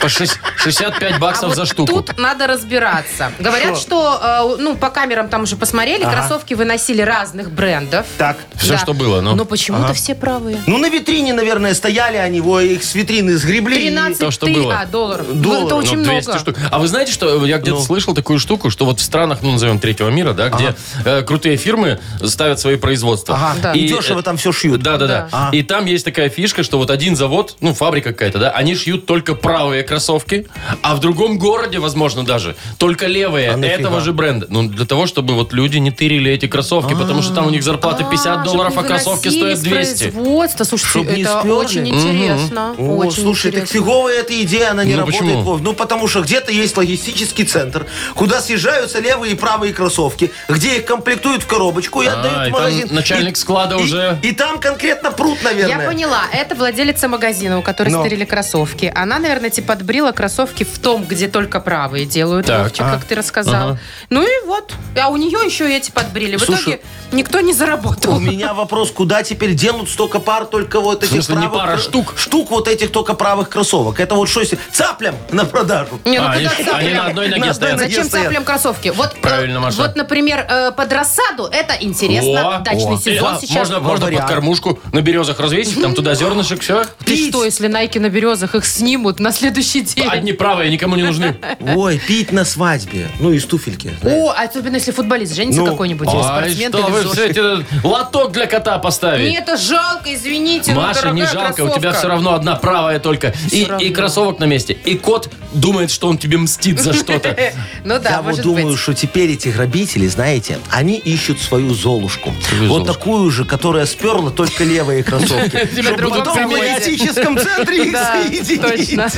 По шесть- 65 А баксов вот за штуку. тут надо разбираться. Говорят, что, э, ну, по камерам там уже посмотрели, кроссовки выносили разных брендов. Так. Все, что было, ну. Но почему-то все правые. Ну, на витрине, наверное, стояли они, во, их с витрины сгребли. и- 13 То, что ты- было. а, долларов. Долларов, Ну, это Ну, очень 200 много. штук. А вы знаете, что я где-то Ну. слышал такую штуку, что вот в странах, ну, назовем третьего мира, да, где э, крутые фирмы ставят свои производства. Ага, Да. и, э, дешево там все шьют. Да, да, да. А. И там есть такая фишка, что вот один завод, ну, фабрика какая-то, да, они шьют только правые кроссовки, а в другом городе, возможно, даже, только левые А нафига? этого же бренда. Ну, для того, чтобы вот люди не тырили эти кроссовки, потому что там у них зарплата 50 А, долларов, а чтобы кроссовки выносили стоят с 200. производства. Слушайте, Чтоб не это сперли. очень Мгм. интересно. О, очень слушай, интересно. так фиговая эта идея, она не Ну, работает. почему? Вов. Ну, потому что где-то есть логистический центр, куда съезжаются левые и правые кроссовки, где их комплектуют в коробочку и А, отдают и там в магазин. начальник склада и- уже- И там конкретно прут, Я наверное. поняла, это владелица магазина, у которой Но. стырили кроссовки. Она, наверное, типа подбрила кроссовки в том, где только правые делают, Так, Вовчик, а. как ты рассказал. Ага. Ну и вот. А у нее еще и эти подбрили. В Слушай, итоге никто не заработал. У меня вопрос, куда теперь денут столько пар только вот этих смысле, не правых... пара, а кро- штук? Штук вот этих только правых кроссовок. Это вот что, если цаплям на продажу? Не, ну А, когда они- цаплям? они на одной ноге На одной стоят. ноге. Зачем стоят. цаплям кроссовки? Вот, э, Правильно, Маша. Вот, например, э, под рассаду это интересно. О, Дачный о. сезон Э, а, сейчас. Можно, можно под вариант. кормушку на березах развесить, там туда зернышек, все. Ты что, если найки на березах их снимут на следующий день? Одни правые, никому не нужны. Ой, пить на свадьбе. Ну, из туфельки. О, особенно если футболист женится Ну, какой-нибудь, или Ай, спортсмен, А, что или вы зож- все эти лоток для кота Мне поставить? это жалко, извините, но Маша, не ну, дорогая жалко, у тебя кроссовка. все равно одна правая только. И, Всё и равно. кроссовок на месте. И кот думает, что он тебе мстит за что-то. Ну да, Я вот может думаю, быть. что теперь эти грабители, знаете, они ищут свою Золушку. Свою вот Золушку. такую же, которая сперла только левые кроссовки. Тебя Чтобы другом потом в примерить. эротическом центре их Да, соединить. точно.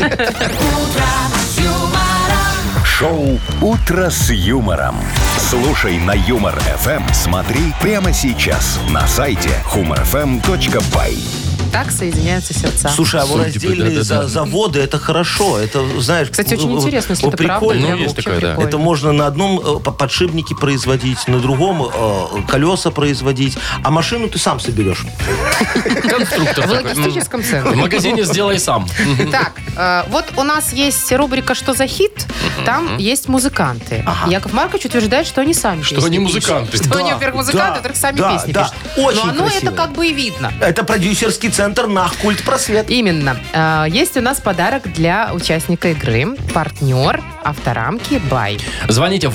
Шоу «Утро с юмором». Слушай на Юмор ФМ. Смотри прямо сейчас на сайте humorfm.by. Так соединяются сердца. Слушай, а вот Судьбы, раздельные да-да-да. за- заводы, это хорошо. Это, знаешь... Кстати, очень ну, интересно, если ну, это правда. прикольно. Ну, прям есть вообще такое, да. прикольно. Это можно на одном э, по- подшипнике производить, на другом э, колеса производить, а машину ты сам соберешь. Конструктор В такой. М. логистическом В центре. магазине сделай сам. Так, э, вот у нас есть рубрика «Что за хит?». Там есть музыканты. Яков Маркович утверждает, что они сами Что песни они пишут. музыканты. Что они, Да, во-первых, музыканты, да, во-вторых, сами да, песни да. пишут. Очень Но оно красиво. это как бы и видно. Это продюсерский центр «Нах Культ Просвет». Именно. Э, Есть у нас подарок для участника игры. Партнер авторамки «Бай». Звоните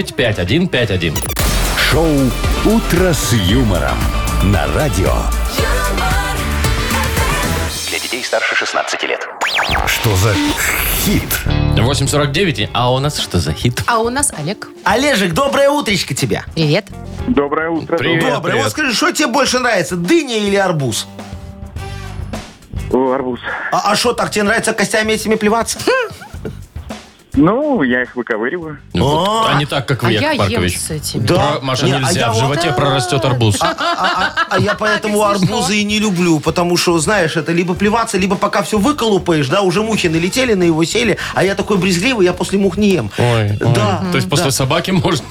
8017-269-5151. Шоу «Утро с юмором» на радио. юмор, Для детей старше 16 лет. Что за хит? 8.49, а у нас что за хит? А у нас Олег. Олежек, доброе утречко тебе. Привет. Доброе утро. Привет. Доброе. Вот скажи, что тебе больше нравится, дыня или арбуз? О, арбуз. А что так, тебе нравится костями этими плеваться? Ну, я их выковыриваю. Ну, вот, А. а не так, как А вы, я Яков ем Маркович. с этими. Да. Про- Маша, Не, а нельзя, я в вот- животе прорастет арбуз. А, а- а я поэтому Как смешно. арбузы и не люблю, потому что, знаешь, это либо плеваться, либо пока все выколупаешь, да, уже мухи налетели на его сели, а я такой брезгливый, я после мух не ем. Ой, Да. ой. То есть после собаки можно...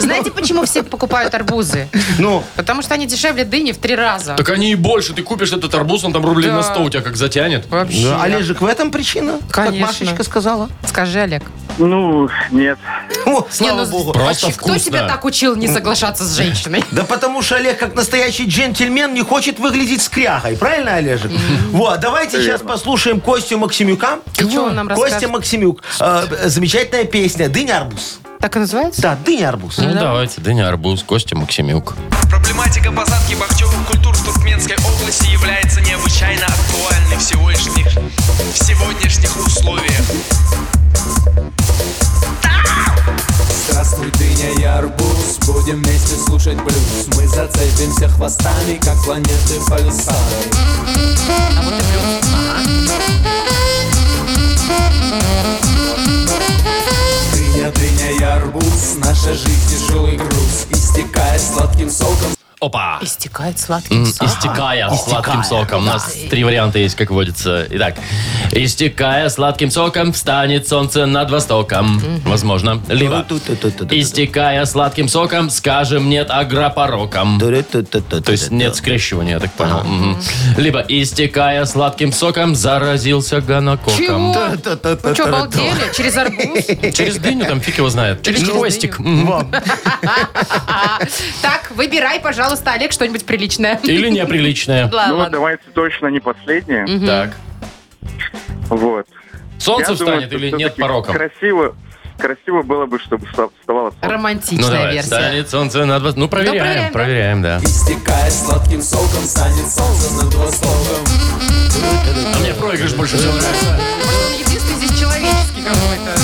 Знаете, почему все покупают арбузы? Ну, Потому что они дешевле дыни в три раза. Так они и больше. Ты купишь этот арбуз, он там рублей Да. на 100 у тебя как затянет. Вообще. а да, Олежек, в этом причина, ну, как Конечно. Машечка сказала. Скажи, Олег. Ну, нет. О, Не, слава ну, богу. Просто вообще, вкусно. Кто тебя так учил не соглашаться с женщиной? Да потому что Олег, как настоящий джентльмен, не хочет выглядеть скрягой. Правильно, Олежек? Вот, давайте сейчас послушаем Костю Максимюка. Ты чё он нам Костя расскажет? Максимюк. Э, замечательная песня «Дыня арбуз». Так и называется? Да, «Дыня арбуз». Ну, давайте, Дыня Арбуз, Костя Максимюк. Проблематика посадки бахчевых культур в Туркменской области является необычайно актуальной в сегодняшних, в сегодняшних условиях. Здравствуй, дыня и арбуз Будем вместе слушать блюз Мы зацепимся хвостами, как планеты полюсами Дыня, дыня и арбуз Наша жизнь тяжелый груз Истекает сладким соком Опа! Истекает М, сладким соком. Истекая сладким соком. У нас три варианта есть, как водится. Итак, истекая сладким соком, встанет солнце над востоком. Возможно. Либо Ту-ту-ту-ту-ту-ту. истекая сладким соком, скажем нет агропорокам. Ту-ру-ту-ту-ту-ту. То есть нет скрещивания, я так понял. Мгм. Либо истекая сладким соком, заразился гонококом. Чего? Та-та-та-та-та-та. Вы что, обалдели? Через арбуз? Через дыню там фиг его знает. Через Через хвостик. дыню. Мгм. А, Так, выбирай, пожалуйста, Олег, что-нибудь приличное. Или неприличное. Ладно, Ну, ладно. давайте точно не последнее. Так. Вот. Солнце Я думаю, встанет что или нет всё-таки пороком? Красиво, красиво было бы, чтобы вста- вставало солнце. Ну Романтичная давай, версия. встанет солнце над востоком. Ну проверяем, проверяем, да. проверяем, да. Истекает сладким соком Станет солнце над востоком А мне проигрыш больше всего нравится. Может, он единственный здесь человеческий какой-то.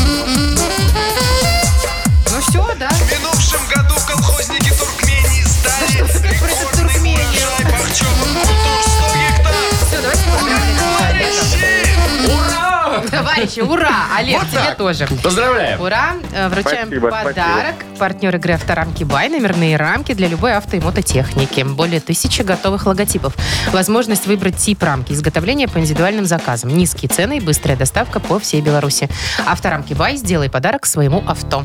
Ну все, да. В минувшем году колхозники Туркмении сдали происходит в рекордный Туркмении? урожай бахчевых культур 100 гектар. Все, давайте поздравим. Олега. Товарищи! Ура! товарищи, ура! Олег, Вот тебе так. тоже. Поздравляем. Ура! Э, Вручаем Спасибо, подарок. спасибо. Партнер игры «Авторамки Бай» – номерные рамки для любой авто и мототехники. Более тысячи готовых логотипов. Возможность выбрать тип рамки. Изготовление по индивидуальным заказам. Низкие цены и быстрая доставка по всей Беларуси. «Авторамки Бай» – сделай подарок своему авто.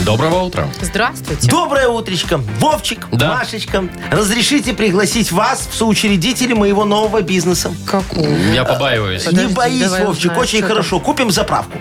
Доброго утра. Здравствуйте. Доброе утречко. Вовчик, Да. Машечка, разрешите пригласить вас в соучредители моего нового бизнеса? Какую? Я побаиваюсь. Подожди, Не боись, давай Вовчик, узнаем, очень что хорошо. Купим заправку.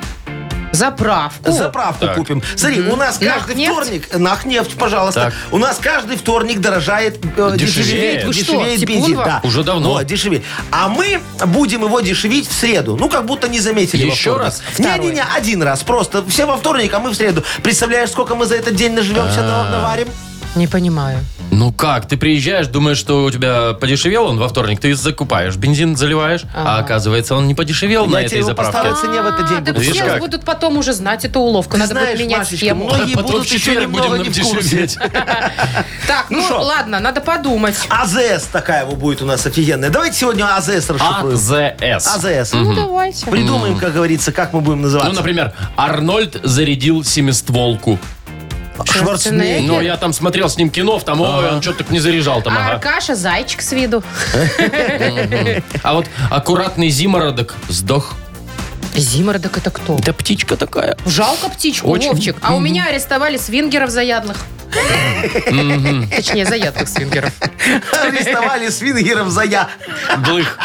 Заправку. Заправку Так. купим. Смотри, у нас каждый Нахнефть? вторник... Нахнефть, пожалуйста. Так. У нас каждый вторник дорожает... э, Дешевеет. Вы что, дешевеет типун бензин. вам? да. Уже давно. Вот, дешевеет. А мы будем его дешевить в среду. Ну, как будто не заметили во Еще вторник. раз? Не-не-не, один раз. Просто все во вторник, а мы в среду. Представляешь, сколько мы за этот день А, наживемся, наварим? Не понимаю. Ну как, ты приезжаешь, думаешь, что у тебя подешевел он во вторник, ты закупаешь, бензин заливаешь, а, Ага. оказываем-то он не подешевел на Я тебе этой его по заправке. старой цене в этот день А, так буду Видишь, все как? будут потом уже знать эту уловку. Ты Надо будет знаешь, менять Машечка, схему. многие Потом будут в еще четверг будем немного нам не в курсе. дешеветь. Так, ну, ну шо? А, ладно, надо подумать. АЗС такая вот будет у нас офигенная. Давайте сегодня А? АЗС расшифруем. АЗС. АЗС. Ну, давайте. Придумаем, как говорится, как мы будем Ну, называться. например, Арнольд зарядил семистволку. Э, Шварценеггер. Ну, я там смотрел с ним кино, в там, ой, он что-то так не заряжал там, А ага. Аркаша зайчик с виду. А вот аккуратный зимородок сдох. Зимородок это кто? Да птичка такая. Жалко птичку, Очень. Вовчик. А у меня арестовали свингеров заядлых. Точнее, заядлых свингеров. Арестовали свингеров за я. Блых.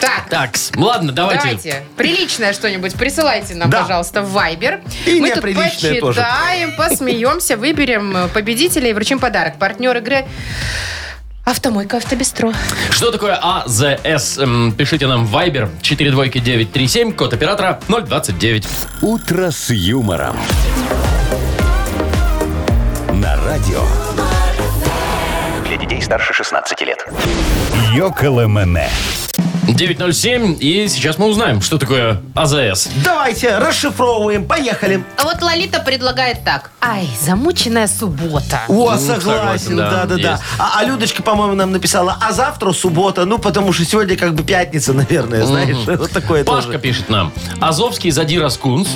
Так, Так, с- ладно, давайте. давайте. Приличное что-нибудь присылайте нам, Да. пожалуйста, в Viber. И Мы тут неприличное тоже. почитаем, посмеемся, выберем э, победителя и вручим подарок. Партнер игры Автомойка Автобестро. Что такое А АЗС? Эм, Пишите нам в Viber 42937, код оператора 029. «Утро с юмором». На радио Для детей старше 16 лет. «Йоколэмэне». 907, и сейчас мы узнаем, что такое А АЗС. Давайте, расшифровываем. Поехали. А вот Лолита предлагает так. Ай, замученная суббота. О, Ну, согласен, согласен, да, да, да, да. есть. А, а Людочка, по-моему, нам написала, а завтра суббота, ну, потому что сегодня как бы пятница, наверное, знаешь, вот такое Пашка тоже. пишет нам. Азовский задира скунс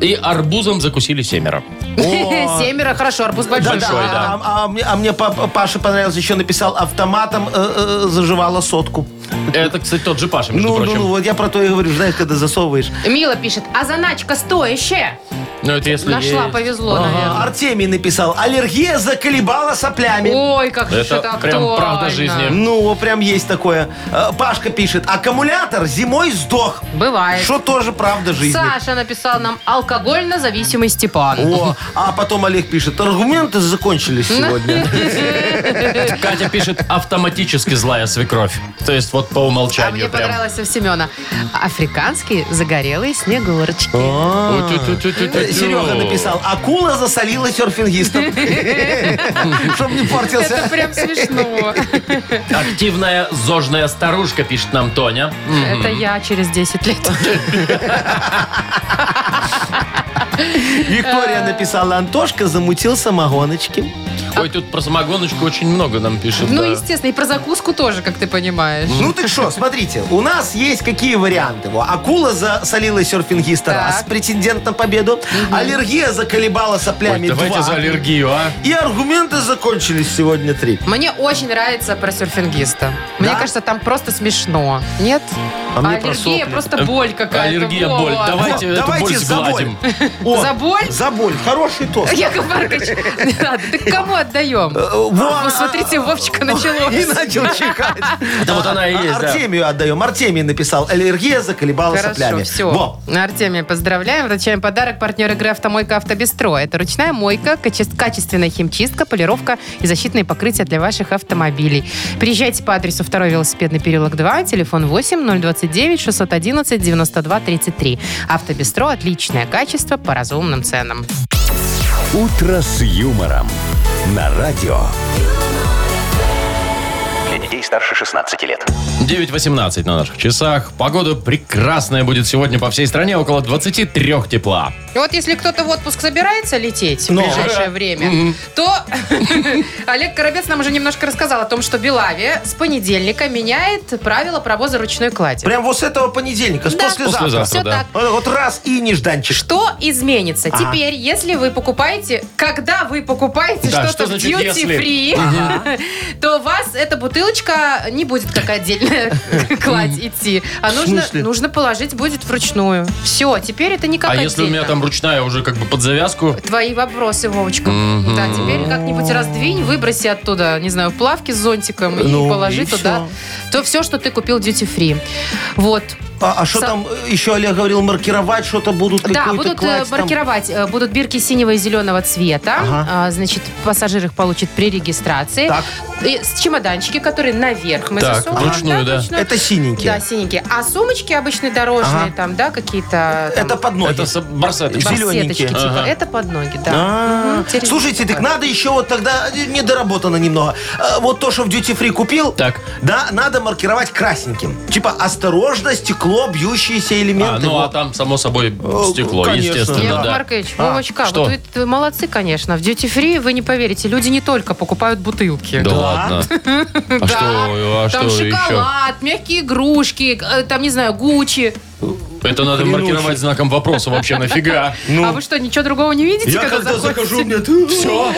и арбузом закусили семеро. Семеро, хорошо, арбуз большой. Большой, А, да. А, а мне, а мне па- Паша понравился, еще написал, автоматом э, э, заживала сотку. Это, кстати, тот же Паша, между Ну, ну, прочим. ну, Ну, вот я про то и говорю, знаешь, когда засовываешь. Мила пишет, а заначка стоящая. Ну, это если Нашла, есть. повезло, А, наверное. Артемий написал, аллергия заколебала соплями. Ой, как же это Это прям актуально. правда жизни. Ну, вот прям есть такое. Э, Пашка пишет, аккумулятор зимой сдох. Бывает. Что тоже правда жизни. Саша написал нам алкогольно зависимый Степан. О, а потом Олег пишет, аргументы закончились Ну, сегодня. Катя пишет автоматически злая свекровь. То есть вот по А мне умолчанию прям. понравилось у Семена. Африканские загорелые снегурочки. У-тю-тю-тю-тю-тю. Серега написал, акула засолила серфингистов. Чтоб не Это портился. прям смешно. Активная зожная старушка, пишет нам Тоня. Это я через 10 лет. э, Виктория написала, Антошка замутил самогоночки. Ой, тут про самогоночку очень много нам пишет. Ну, да. естественно, и про закуску тоже, как ты понимаешь. Ну так что, смотрите, у нас есть какие варианты. Во, Акула засолила серфингиста Так. раз, претендент на победу. Аллергия заколебала Ой, соплями давайте два. за аллергию, а. И аргументы закончились сегодня три. Мне очень нравится про серфингиста. Мне Да? кажется, там просто смешно. Нет? А мне про аллергия, сопли. просто боль какая-то. Аллергия, Вова. боль. Давайте Вот, эту Ну, давайте боль за боль. сгладим. О, За боль? За боль. Хороший тост. Яков Маркович, не надо. Ты кому отдаем? Э, во, Вы Ну, смотрите, Вовчика И началось. начал чихать. Да вот она и А- есть, да. Артемию отдаем. Артемий написал. Аллергия заколебала Хорошо, соплями. все. Во. Артемия, поздравляем. Вручаем подарок партнер игры «Автомойка Автобестро». Это ручная мойка, каче- качественная химчистка, полировка и защитные покрытия для ваших автомобилей. Приезжайте по адресу 2 велосипедный переулок 2, телефон 8 029 611 92 33. «Автобестро» – отличное качество по разумным ценам. «Утро с юмором». На радио старше 16 лет. 9.18 на наших часах. Погода прекрасная будет сегодня по всей стране. Около 23 тепла. И вот если кто-то в отпуск собирается лететь Ну. в ближайшее время, то Олег Коробец нам уже немножко рассказал о том, что Белавия с понедельника меняет правила провоза ручной клади. Прям вот с этого понедельника, с Да. послезавтра. Послезавтра, Все да. так. Вот, вот раз и нежданчик. Что изменится? Ага. Теперь, если вы покупаете, когда вы покупаете Да, что что-то в значит «если»? duty free, то у вас эта бутылочка не будет как отдельная кладь идти. А нужно, смысле? нужно положить будет вручную. Все, теперь это не как А если у меня отдельно. там ручная уже как бы под завязку? Твои вопросы, Вовочка. Мгм. Да, теперь как-нибудь раздвинь, выброси оттуда, не знаю, плавки с зонтиком Ну, и положи и туда то все, что ты купил duty free. Вот. А что Сам- там э, еще Олег говорил, маркировать что-то будут? да, какой-то будут э, кладь там. маркировать, э, будут бирки синего и зеленого цвета. Ага. А, значит, пассажир их получит при регистрации. Так. И с чемоданчики, которые наверх мы Так, засовываем. вручную, да. вручную. Это синенькие. ну, Да, синенькие. А сумочки обычные дорожные, Ага. там, да, какие-то. там, Это под ноги. Это с- барсеточка. Зелё- барсеточки, зелёненькие. типа. Ага. Это под ноги, А, да. Мгм, интересно. Слушайте, так надо еще вот тогда э, недоработано немного. Э, Вот то, что в Duty Free купил, Так. да, надо маркировать красненьким. Типа осторожно, стекло, бьющиеся А, элементы. ну а Вот. там, само собой, стекло, конечно. естественно, Яков Ну да. Маркович, А, Вовочка, что? вот вы вы молодцы, конечно. В Duty Free вы не поверите, люди не только покупают бутылки. Да, ладно. А Да. что, а там что еще? шоколад, мягкие игрушки, э, там, не знаю, Гуччи. Это надо Хренучий. маркировать знаком вопроса вообще нафига. А вы что, ничего другого не видите, Я когда заходите? захожу, мне все.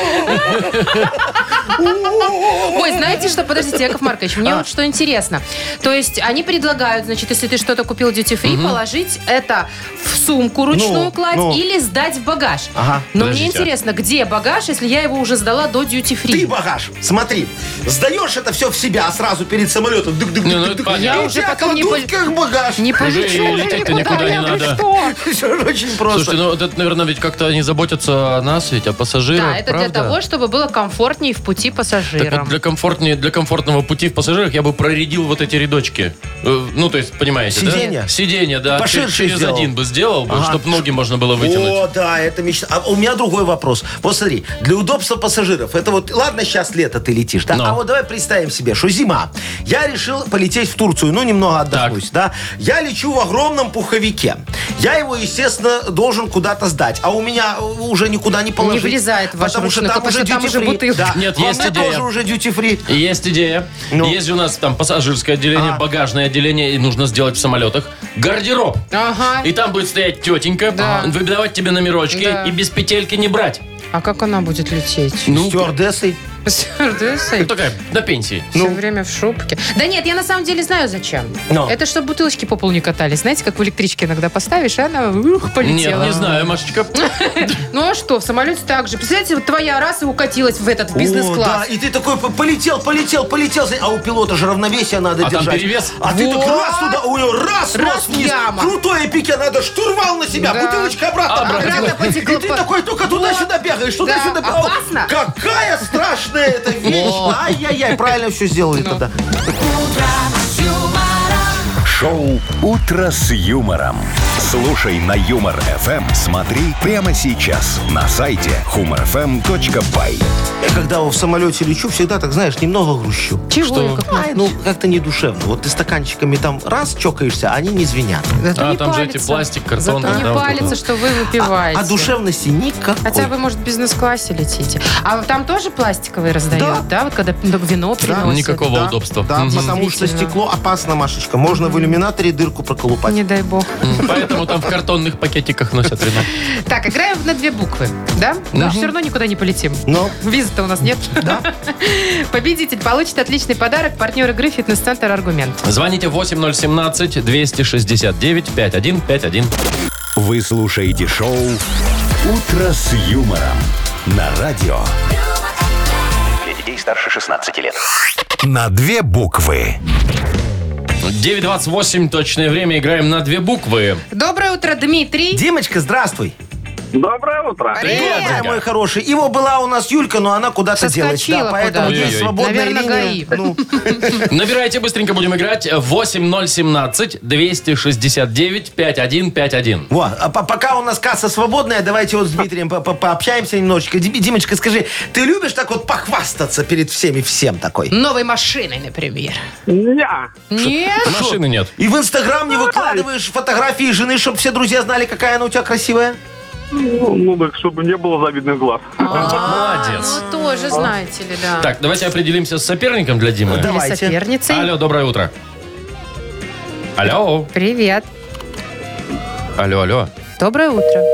Ой, знаете что, подождите, Яков Маркович, мне А. вот что интересно. То есть они предлагают, значит, если ты что-то купил duty free, положить это в сумку ручную Ну, кладь ну. или сдать в багаж. Ага. Но мне Подождите, а- интересно, где багаж, если я его уже сдала до duty free? Ты багаж, смотри, сдаешь это все в себя, а сразу перед самолетом. Дык-дык-дык-дык-дык. Не, ну это понятно. И Я уже у тебя потом не пол- как багаж. Не Уже полечу, и А уже лететь-то никуда, никуда не я надо. говорю, что? Все очень Слушайте, просто. ну вот это, наверное, ведь как-то они заботятся о нас, ведь о пассажирах, Да, это для правда? того, чтобы было комфортнее в пути Так вот, пассажирам. для, комфортнее, для комфортного пути в пассажирах я бы проредил вот эти рядочки. Э, Ну, то есть, понимаете, Сиденья? да? Сиденья, да. Поширше Чер- Через сделал. один бы сделал, Ага. чтобы ноги можно было вытянуть. О, да, это мечта. А у меня другой вопрос. Вот смотри, для удобства пассажиров, это вот, ладно, сейчас лето ты летишь, да? Но. А вот давай представим себе, что зима. Я решил полететь в Турцию, ну, немного отдохнуть, да? Я лечу в огромном пуховике. Я его, естественно, должен куда-то сдать. А у меня уже никуда не положить. влезает в ваш Потому что ручной там купе, уже там уже duty-free. бутылка. Да. Нет, Во есть мне идея. тоже уже duty-free. Есть идея. Ну. Есть у нас там пассажирское отделение, А. багажное отделение, и нужно сделать в самолетах гардероб. Ага. И там будет стоять тетенька, Да. выдавать тебе номерочки Да. и без петельки не брать. А как она будет лететь? Ну, Стюардессой. Стюардессой? такая, Ну, до пенсии. Все время в шубке. Да нет, я на самом деле знаю, зачем. Но. Это чтобы бутылочки по полу не катались. Знаете, как в электричке иногда поставишь, и она ух, полетела. Нет, не знаю, Машечка. Ну а что, в самолете так же. Представляете, вот твоя раз и укатилась в этот в О, да, бизнес-класс. и ты такой п- полетел, полетел, полетел, а у пилота же равновесие надо А там держать. перевес. А ты так Вот. раз туда, у него раз, Раз нос вниз, яма. крутое пике, надо штурвал на себя, Да. бутылочка обратно. Обратно. Обратно потекло И ты по- такой только туда-сюда бегаешь, Да, туда-сюда бегаешь. опасно. Какая страшная эта вещь. Ай-яй-яй, правильно все сделали Ну. тогда. Шоу «Утро с юмором». Слушай на Юмор ФМ. Смотри прямо сейчас на сайте humorfm.by. Я когда в самолете лечу, всегда так, знаешь, немного грущу. Чего? я как- Ай, ну, как-то не душевно. Вот ты стаканчиками там раз чокаешься, а они не звенят. Зато А, не там же эти палится. пластик, картон, Зато не да, вот палится, это. что вы А, выпиваете. а душевности никакой. Хотя вы, может, в бизнес-классе летите. А там тоже пластиковые раздают, да? Вот когда вино приносят. Никакого Да, удобства. Да, Мгм. потому что Действительно. стекло опасно, Машечка. Можно в иллюминаторе дырку проколупать. Не дай бог. Поэтому там в картонных пакетиках носят вино. Так, играем на две буквы, да? Мы все равно никуда не полетим. Но Визы-то у нас нет. Да. Победитель получит отличный подарок. Партнер игры «Фитнес-центр Аргумент». Звоните 8017-269-5151. Вы слушаете шоу «Утро с юмором» на радио. Для детей старше 16 лет. На две буквы. 9.28 точное время. Играем на две буквы. Доброе утро, Дмитрий. Димочка, здравствуй. Доброе утро. Привет. Доброе, мой хороший. Его была у нас Юлька, но она куда-то Соскочила делась. Да, поэтому куда-то. есть Ой-ой-ой. свободная Наверное, линия. ГАИ. Ну, Набирайте, быстренько будем играть. 8017-269-5151. во, а по- пока у нас касса свободная, давайте вот с Дмитрием по- по- пообщаемся немножечко. Дим- Димочка, скажи, ты любишь так вот похвастаться перед всеми всем такой? Новой машиной, например. Я. Нет? Машины нет. И в Инстаграм не выкладываешь фотографии жены, чтобы все друзья знали, какая она у тебя красивая? Ну, ну, так, чтобы не было завидных глаз. Молодец. Ну, тоже, знаете ли, да. Так, давайте определимся с соперником для Димы. Да. Или давайте. соперницей. Алло, доброе утро. Алло. Привет. Алло, алло. Доброе утро.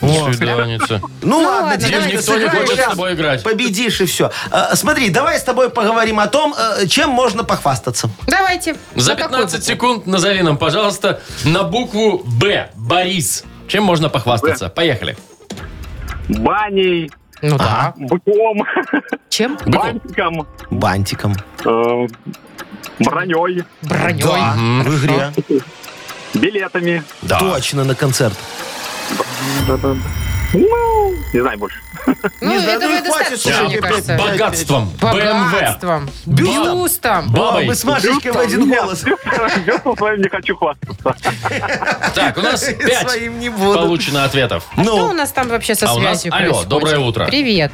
Свидание. Ну, ладно, ладно, Дим, давай, Димочка, никто не сыграем хочет с сейчас. тобой играть. Победишь и все. смотри, давай с тобой поговорим о том, э, чем можно похвастаться. Давайте. За На какой 15 букву? секунд назови нам, пожалуйста, на букву Б. Борис. Чем можно похвастаться? Поехали. Баней, Ну да. быком, Чем? Быком. бантиком, Бантиком. э, броней, Броней. Да, в игре. билетами. Точно, на концерт. Ну, не знаю больше. Ну, Не знаю, этого ну и и хватит, достаточно, слушай, мне опять- кажется. Богатством. БМВ. Богатством. Бюстом. Бюстом. О, Бабой. А мы с Машечкой в один голос. Бюстом своим не хочу хвастаться. Так, у нас 5 Своим не буду. получено ответов. Что у Ну, нас там вообще со А у нас- связью алло, происходит? доброе утро. Привет.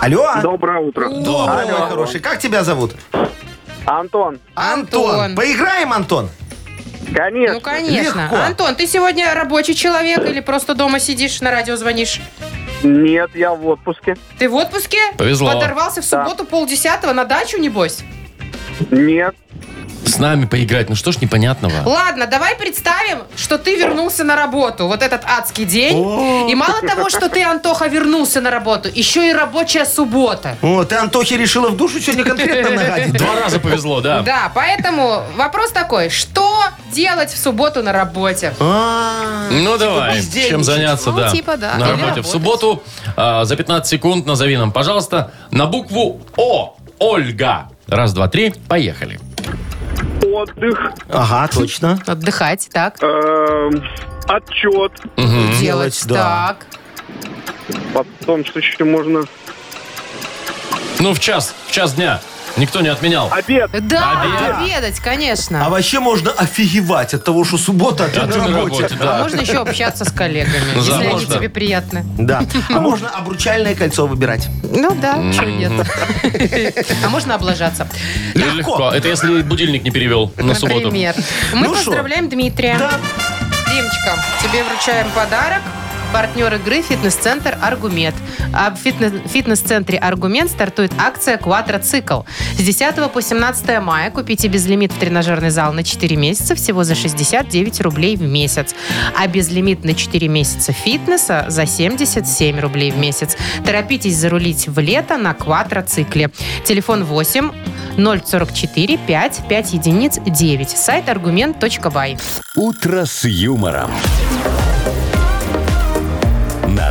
алло. Доброе утро. Доброе, мой хороший. Как тебя зовут? Антон, Антон. Антон. Поиграем, Антон? конечно. Ну, конечно. Легко. Антон, ты сегодня рабочий человек или просто дома сидишь, на радио звонишь? Нет, я в отпуске. Ты в отпуске? Повезло. Подорвался в субботу полдесятого на дачу, небось? Нет. С нами поиграть. Ну что ж непонятного. Ладно, давай представим, что ты вернулся на работу. Вот этот адский день. И мало того, что ты, Антоха, вернулся на работу, еще и рабочая суббота. О, ты Антохе решила в душу сегодня конкретно нагадить. Два раза повезло, да. Да, поэтому вопрос такой, что делать в субботу на работе? А, Ну давай, бездельничать. чем заняться, Типа Ну, да. типа, да. На Или работе. В работать. субботу а, за 15 секунд назови нам, пожалуйста, на букву О. Ольга. Раз, два, три, поехали. Отдых, Ага, точно. Отдыхать, так. эм, отчет. Мгм. Делать, делать, да. так. Потом, что еще можно? Ну, в час, в час дня. Никто не отменял. Обед. Да, Обед. обедать, А конечно. вообще можно офигевать от того, что суббота, а ты А ты на работе. А да. можно еще общаться с коллегами, если они Заможно. тебе приятны. Да. А можно обручальное кольцо выбирать. Ну да, чего нет. А можно облажаться. А Легко. Это если будильник не перевел на субботу. Например. Мы Ну шо? поздравляем Дмитрия. Да. Димочка, тебе вручаем подарок. Партнер игры «Фитнес-центр Аргумент». А в фитнес- фитнес-центре «Аргумент» стартует акция «Квадроцикл». С 10 по 17 мая купите безлимит в тренажерный зал на 4 месяца всего за 69 рублей в месяц. А безлимит на 4 месяца фитнеса за 77 рублей в месяц. Торопитесь зарулить в лето на «Квадроцикле». Телефон 8 044 5 5 единиц 9. Сайт аргумент.бай. «Утро с юмором». На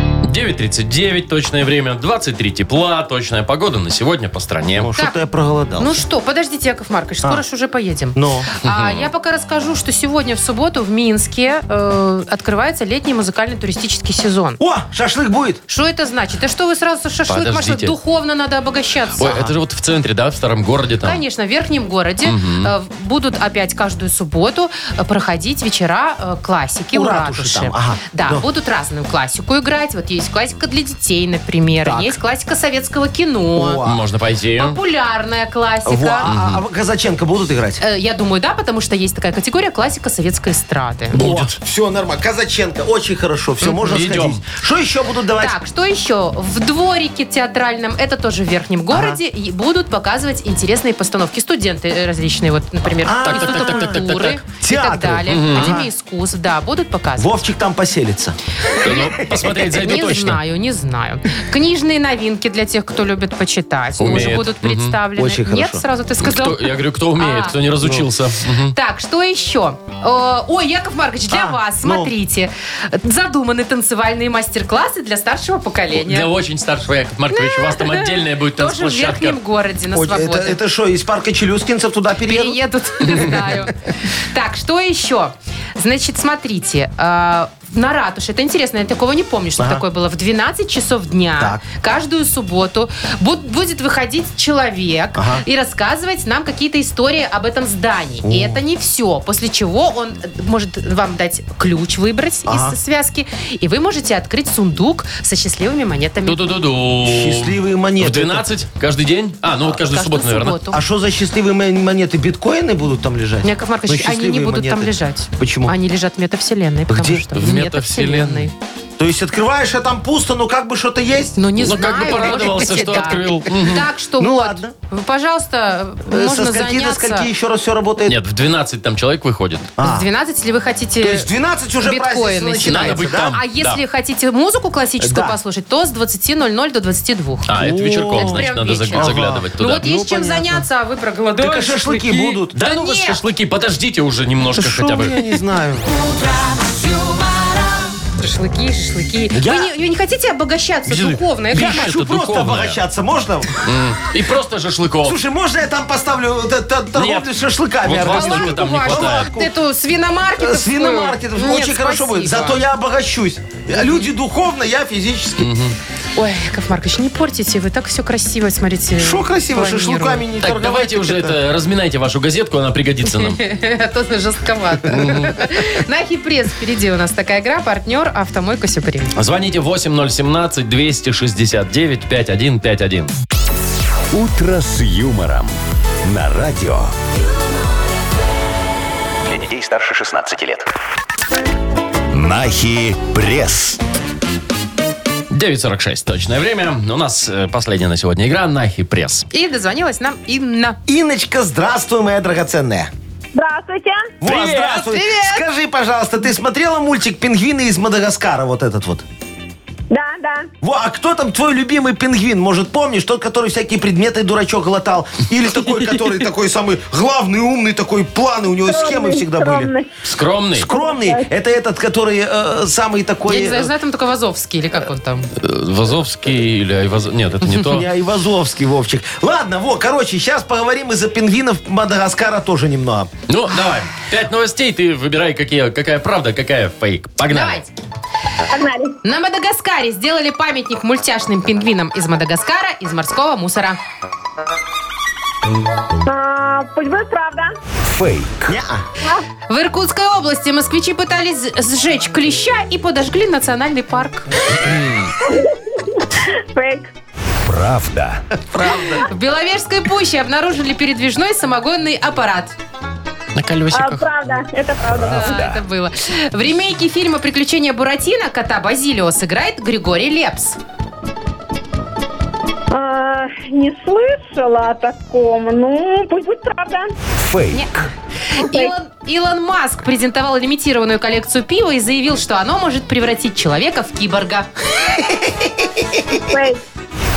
9.39, точное время, 23 тепла, точная погода на сегодня по стране. О, Что-то я проголодался. Ну что, подождите, Яков Маркович, скоро А. ж уже поедем. Но. А я пока расскажу, что сегодня в субботу в Минске э, открывается летний музыкально-туристический сезон. О, шашлык будет. Что это значит? Да что вы сразу со шашлык, Маша, Подождите. духовно надо обогащаться. Ой, это же вот в центре, да, в старом городе там. Конечно, в верхнем городе э, в- будут опять каждую субботу э, проходить вечера э, классики У у, ратуши ратуши. там, ага. Да, Да. будут разную классику играть. Вот есть классика для детей, например, Так. есть классика советского кино, О, Можно пойти. популярная классика. Во, а, а Казаченко будут играть? Э, Я думаю, да, потому что есть такая категория классика советской эстрады. Будет. Все нормально. Казаченко, очень хорошо. Все, можно Идем. сходить. Что еще будут давать? Так, что еще? В дворике театральном, это тоже в верхнем городе, и будут показывать интересные постановки. Студенты э, различные, вот, например, А, так, Института так, так, так, так, культуры так, так. и так Театры. далее. Мгм. Академии Ага. искусств, да, будут показывать. Вовчик там поселится. Ну, посмотреть зайду Не точно. знаю, не знаю. Книжные новинки для тех, кто любит почитать. Уже Умеет. будут Мгм. представлены. Очень Нет, хорошо. сразу ты сказал. Кто- я говорю, кто умеет, А. Ну, кто не разучился. Мгм. Так, что еще? Э, Ой, Яков Маркович, для А, вас, ну. смотрите. Задуманы танцевальные мастер-классы для старшего поколения. Для очень старшего Яков Маркович, у вас там отдельная будет Тоже в танцплощадка. верхнем городе на Ой, это, свободе. это что, из парка Челюскинцев туда переедут? Переедут, не знаю. Так, что еще? Значит, смотрите, э, на ратуше, это интересно, я такого не помню, что Ага. такое было. В 12 часов дня Так. каждую субботу бу- будет выходить человек Ага. и рассказывать нам какие-то истории об этом здании. И это не все. После чего он э, может вам дать ключ выбрать Ага. из связки, и вы можете открыть сундук со счастливыми монетами. Ду-ду-ду-ду. Счастливые В монеты. 12? Каждый день? А, ну вот каждую Каждую субботу, наверное. субботу. А что за счастливые мон- монеты? Биткоины будут там лежать? Яков Маркович, они Ну, не счастливые будут там монеты. лежать. Почему? Они лежат в метавселенной. потому Где? Что В метавселенной. То есть открываешь, а там пусто, но как бы что-то есть? Ну, не Ну, знаю. как бы может порадовался, быть, и что да. открыл. Мгм. Так что Ну, вот, ладно. вы, пожалуйста, Э, Ну, можно Со скольки до заняться. скольки еще раз все работает? Нет, в 12 там человек выходит. А. С 12, если вы хотите... То есть в 12 уже биткоины праздник сидеть. начинается, Надо быть да? там. А если Да. хотите музыку классическую Да. послушать, то с 20.00 до 22. А, это вечерком, Это значит, прям надо вечер. загля- заглядывать ну туда. вот есть чем заняться, а вы проголодались. Так а шашлыки будут. Да, ну вас нет. шашлыки, подождите уже немножко Шо хотя бы. ну Я не знаю. Шашлыки, шашлыки. Я- Вы, не, вы не хотите обогащаться Где ты? духовно? Где Это ты? Хочу это просто духовное. обогащаться, можно? И просто шашлыков. Слушай, можно я там поставлю т- т- торговлю Нет. с шашлыками? Вот вас организую? только там не вашу, хватает. вот эту свиномаркетовскую. Э, С виномаркетом. Нет, Очень хорошо будет. спасибо. Зато я обогащусь. Люди духовно, я физически. Ой, Яков Маркович, не портите, вы так все красиво, смотрите. Что красиво, планирую. шашлыками не Так, торговать. давайте уже это, разминайте вашу газетку, она пригодится нам. А то жестковато. На Хипресс впереди у нас такая игра. Партнер «Автомойка Сюприм». Звоните 8017-269-5151. «Утро с юмором» на радио. Для детей старше 16 лет. Нахи пресс. 9.46 точное время. У нас э, последняя на сегодня игра «Нахи пресс». И дозвонилась нам Инна. Иночка, здравствуй, моя драгоценная. Здравствуйте. Во, здравствуй. Скажи, пожалуйста, ты смотрела мультик «Пингвины из Мадагаскара» вот этот вот? Да, да. Во, а кто там твой любимый пингвин? Может, помнишь, тот, который всякие предметы дурачок глотал? Или такой, который такой самый главный, умный, такой планы, у него схемы Скромный, всегда были. скромный. Скромный. Скромный, это этот, который э, самый такой... Я не знаю, э, знаю там только Вазовский или как он там. Э, Вазовский или Айваз- Нет, это не то. Я и Вазовский, Вовчик. Ладно, во, короче, сейчас поговорим из-за пингвинов Мадагаскара тоже немного. Ну, давай. Пять новостей, ты выбирай, какие, какая правда, какая фейк. Погнали. Давайте. Погнали. На Мадагаскаре сделали памятник мультяшным пингвинам из Мадагаскара из морского мусора. А, пусть будет правда. Фейк. В Иркутской области москвичи пытались сжечь клеща и подожгли национальный парк. Фейк. Правда. В Беловежской пуще обнаружили передвижной самогонный аппарат. На А, колесиках. правда. Это правда. Да, А, это было. В ремейке фильма «Приключения Буратино» кота Базилио сыграет Григорий Лепс. А, не слышала о таком. Ну, пусть будет правда. Фейк. Илон, Илон Маск презентовал лимитированную коллекцию пива и заявил, что оно может превратить человека в киборга. Фейк.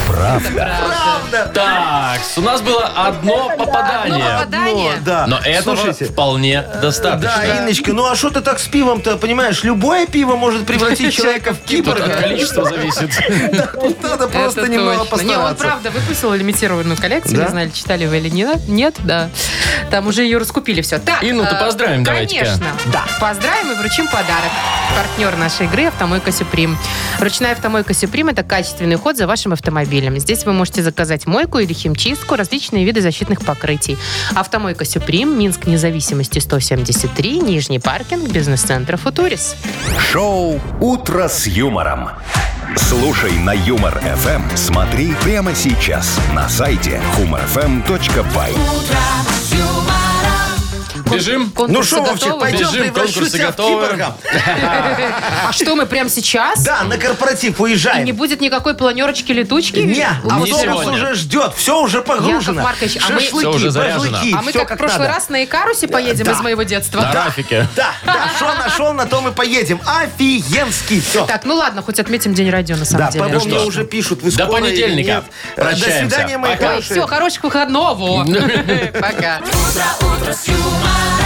Правда. Так, у нас было одно Одно попадание. попадание. Ну, да. Но этого Слушайте, Э, вполне Да, достаточно. Инночка, ну а что ты так с пивом-то, понимаешь? Любое пиво может превратить человека в Тут от киборга. количества зависит. Тут надо Это просто немного точно. Не, он постараться. правда выпустил лимитированную коллекцию. Да? Не знаю, читали вы или нет. Нет, да. Там уже ее раскупили все. Так, Инну-то э, поздравим давайте-ка. Конечно. Да. Поздравим и вручим подарок. Партнер нашей игры «Автомойка Сюприм». Ручная «Автомойка Сюприм» – это качественный ход за вашим автомобилем. Здесь вы можете заказать мойку или химчистку, различные виды защитных покрытий. «Автомойка Сюприм», Минск, независимости 173, Нижний паркинг, бизнес-центр «Футурис». Шоу «Утро с юмором». Слушай на Юмор ФМ. Смотри прямо сейчас на сайте humorfm.by. Бежим? Ну Конкурсы что, Вовчик, готовы? пойдем Бежим, превращу конкурсы тебя в готовы. киборга. А что, мы прям сейчас? Да, на корпоратив И уезжаем. не будет никакой А планерочки-летучки? Не, автобус сегодня. уже ждет, все уже погружено. Яков Маркович, а мы- Всё уже Шашлыки, заряжено. башлыки, А мы всё как в прошлый надо. раз на Икарусе поедем Да. из моего На детства? рафике. Да, да, что нашел, на том и поедем. Офигенский, все. Так, ну ладно, хоть отметим День радио на самом Да, деле. по-моему, Ну мне что? уже пишут, вы До скоро или понедельника. нет. Э, До Прощаемся. свидания, мои Пока. Ой, хорошие. все, хороших выходного. Пока. утро с юмором.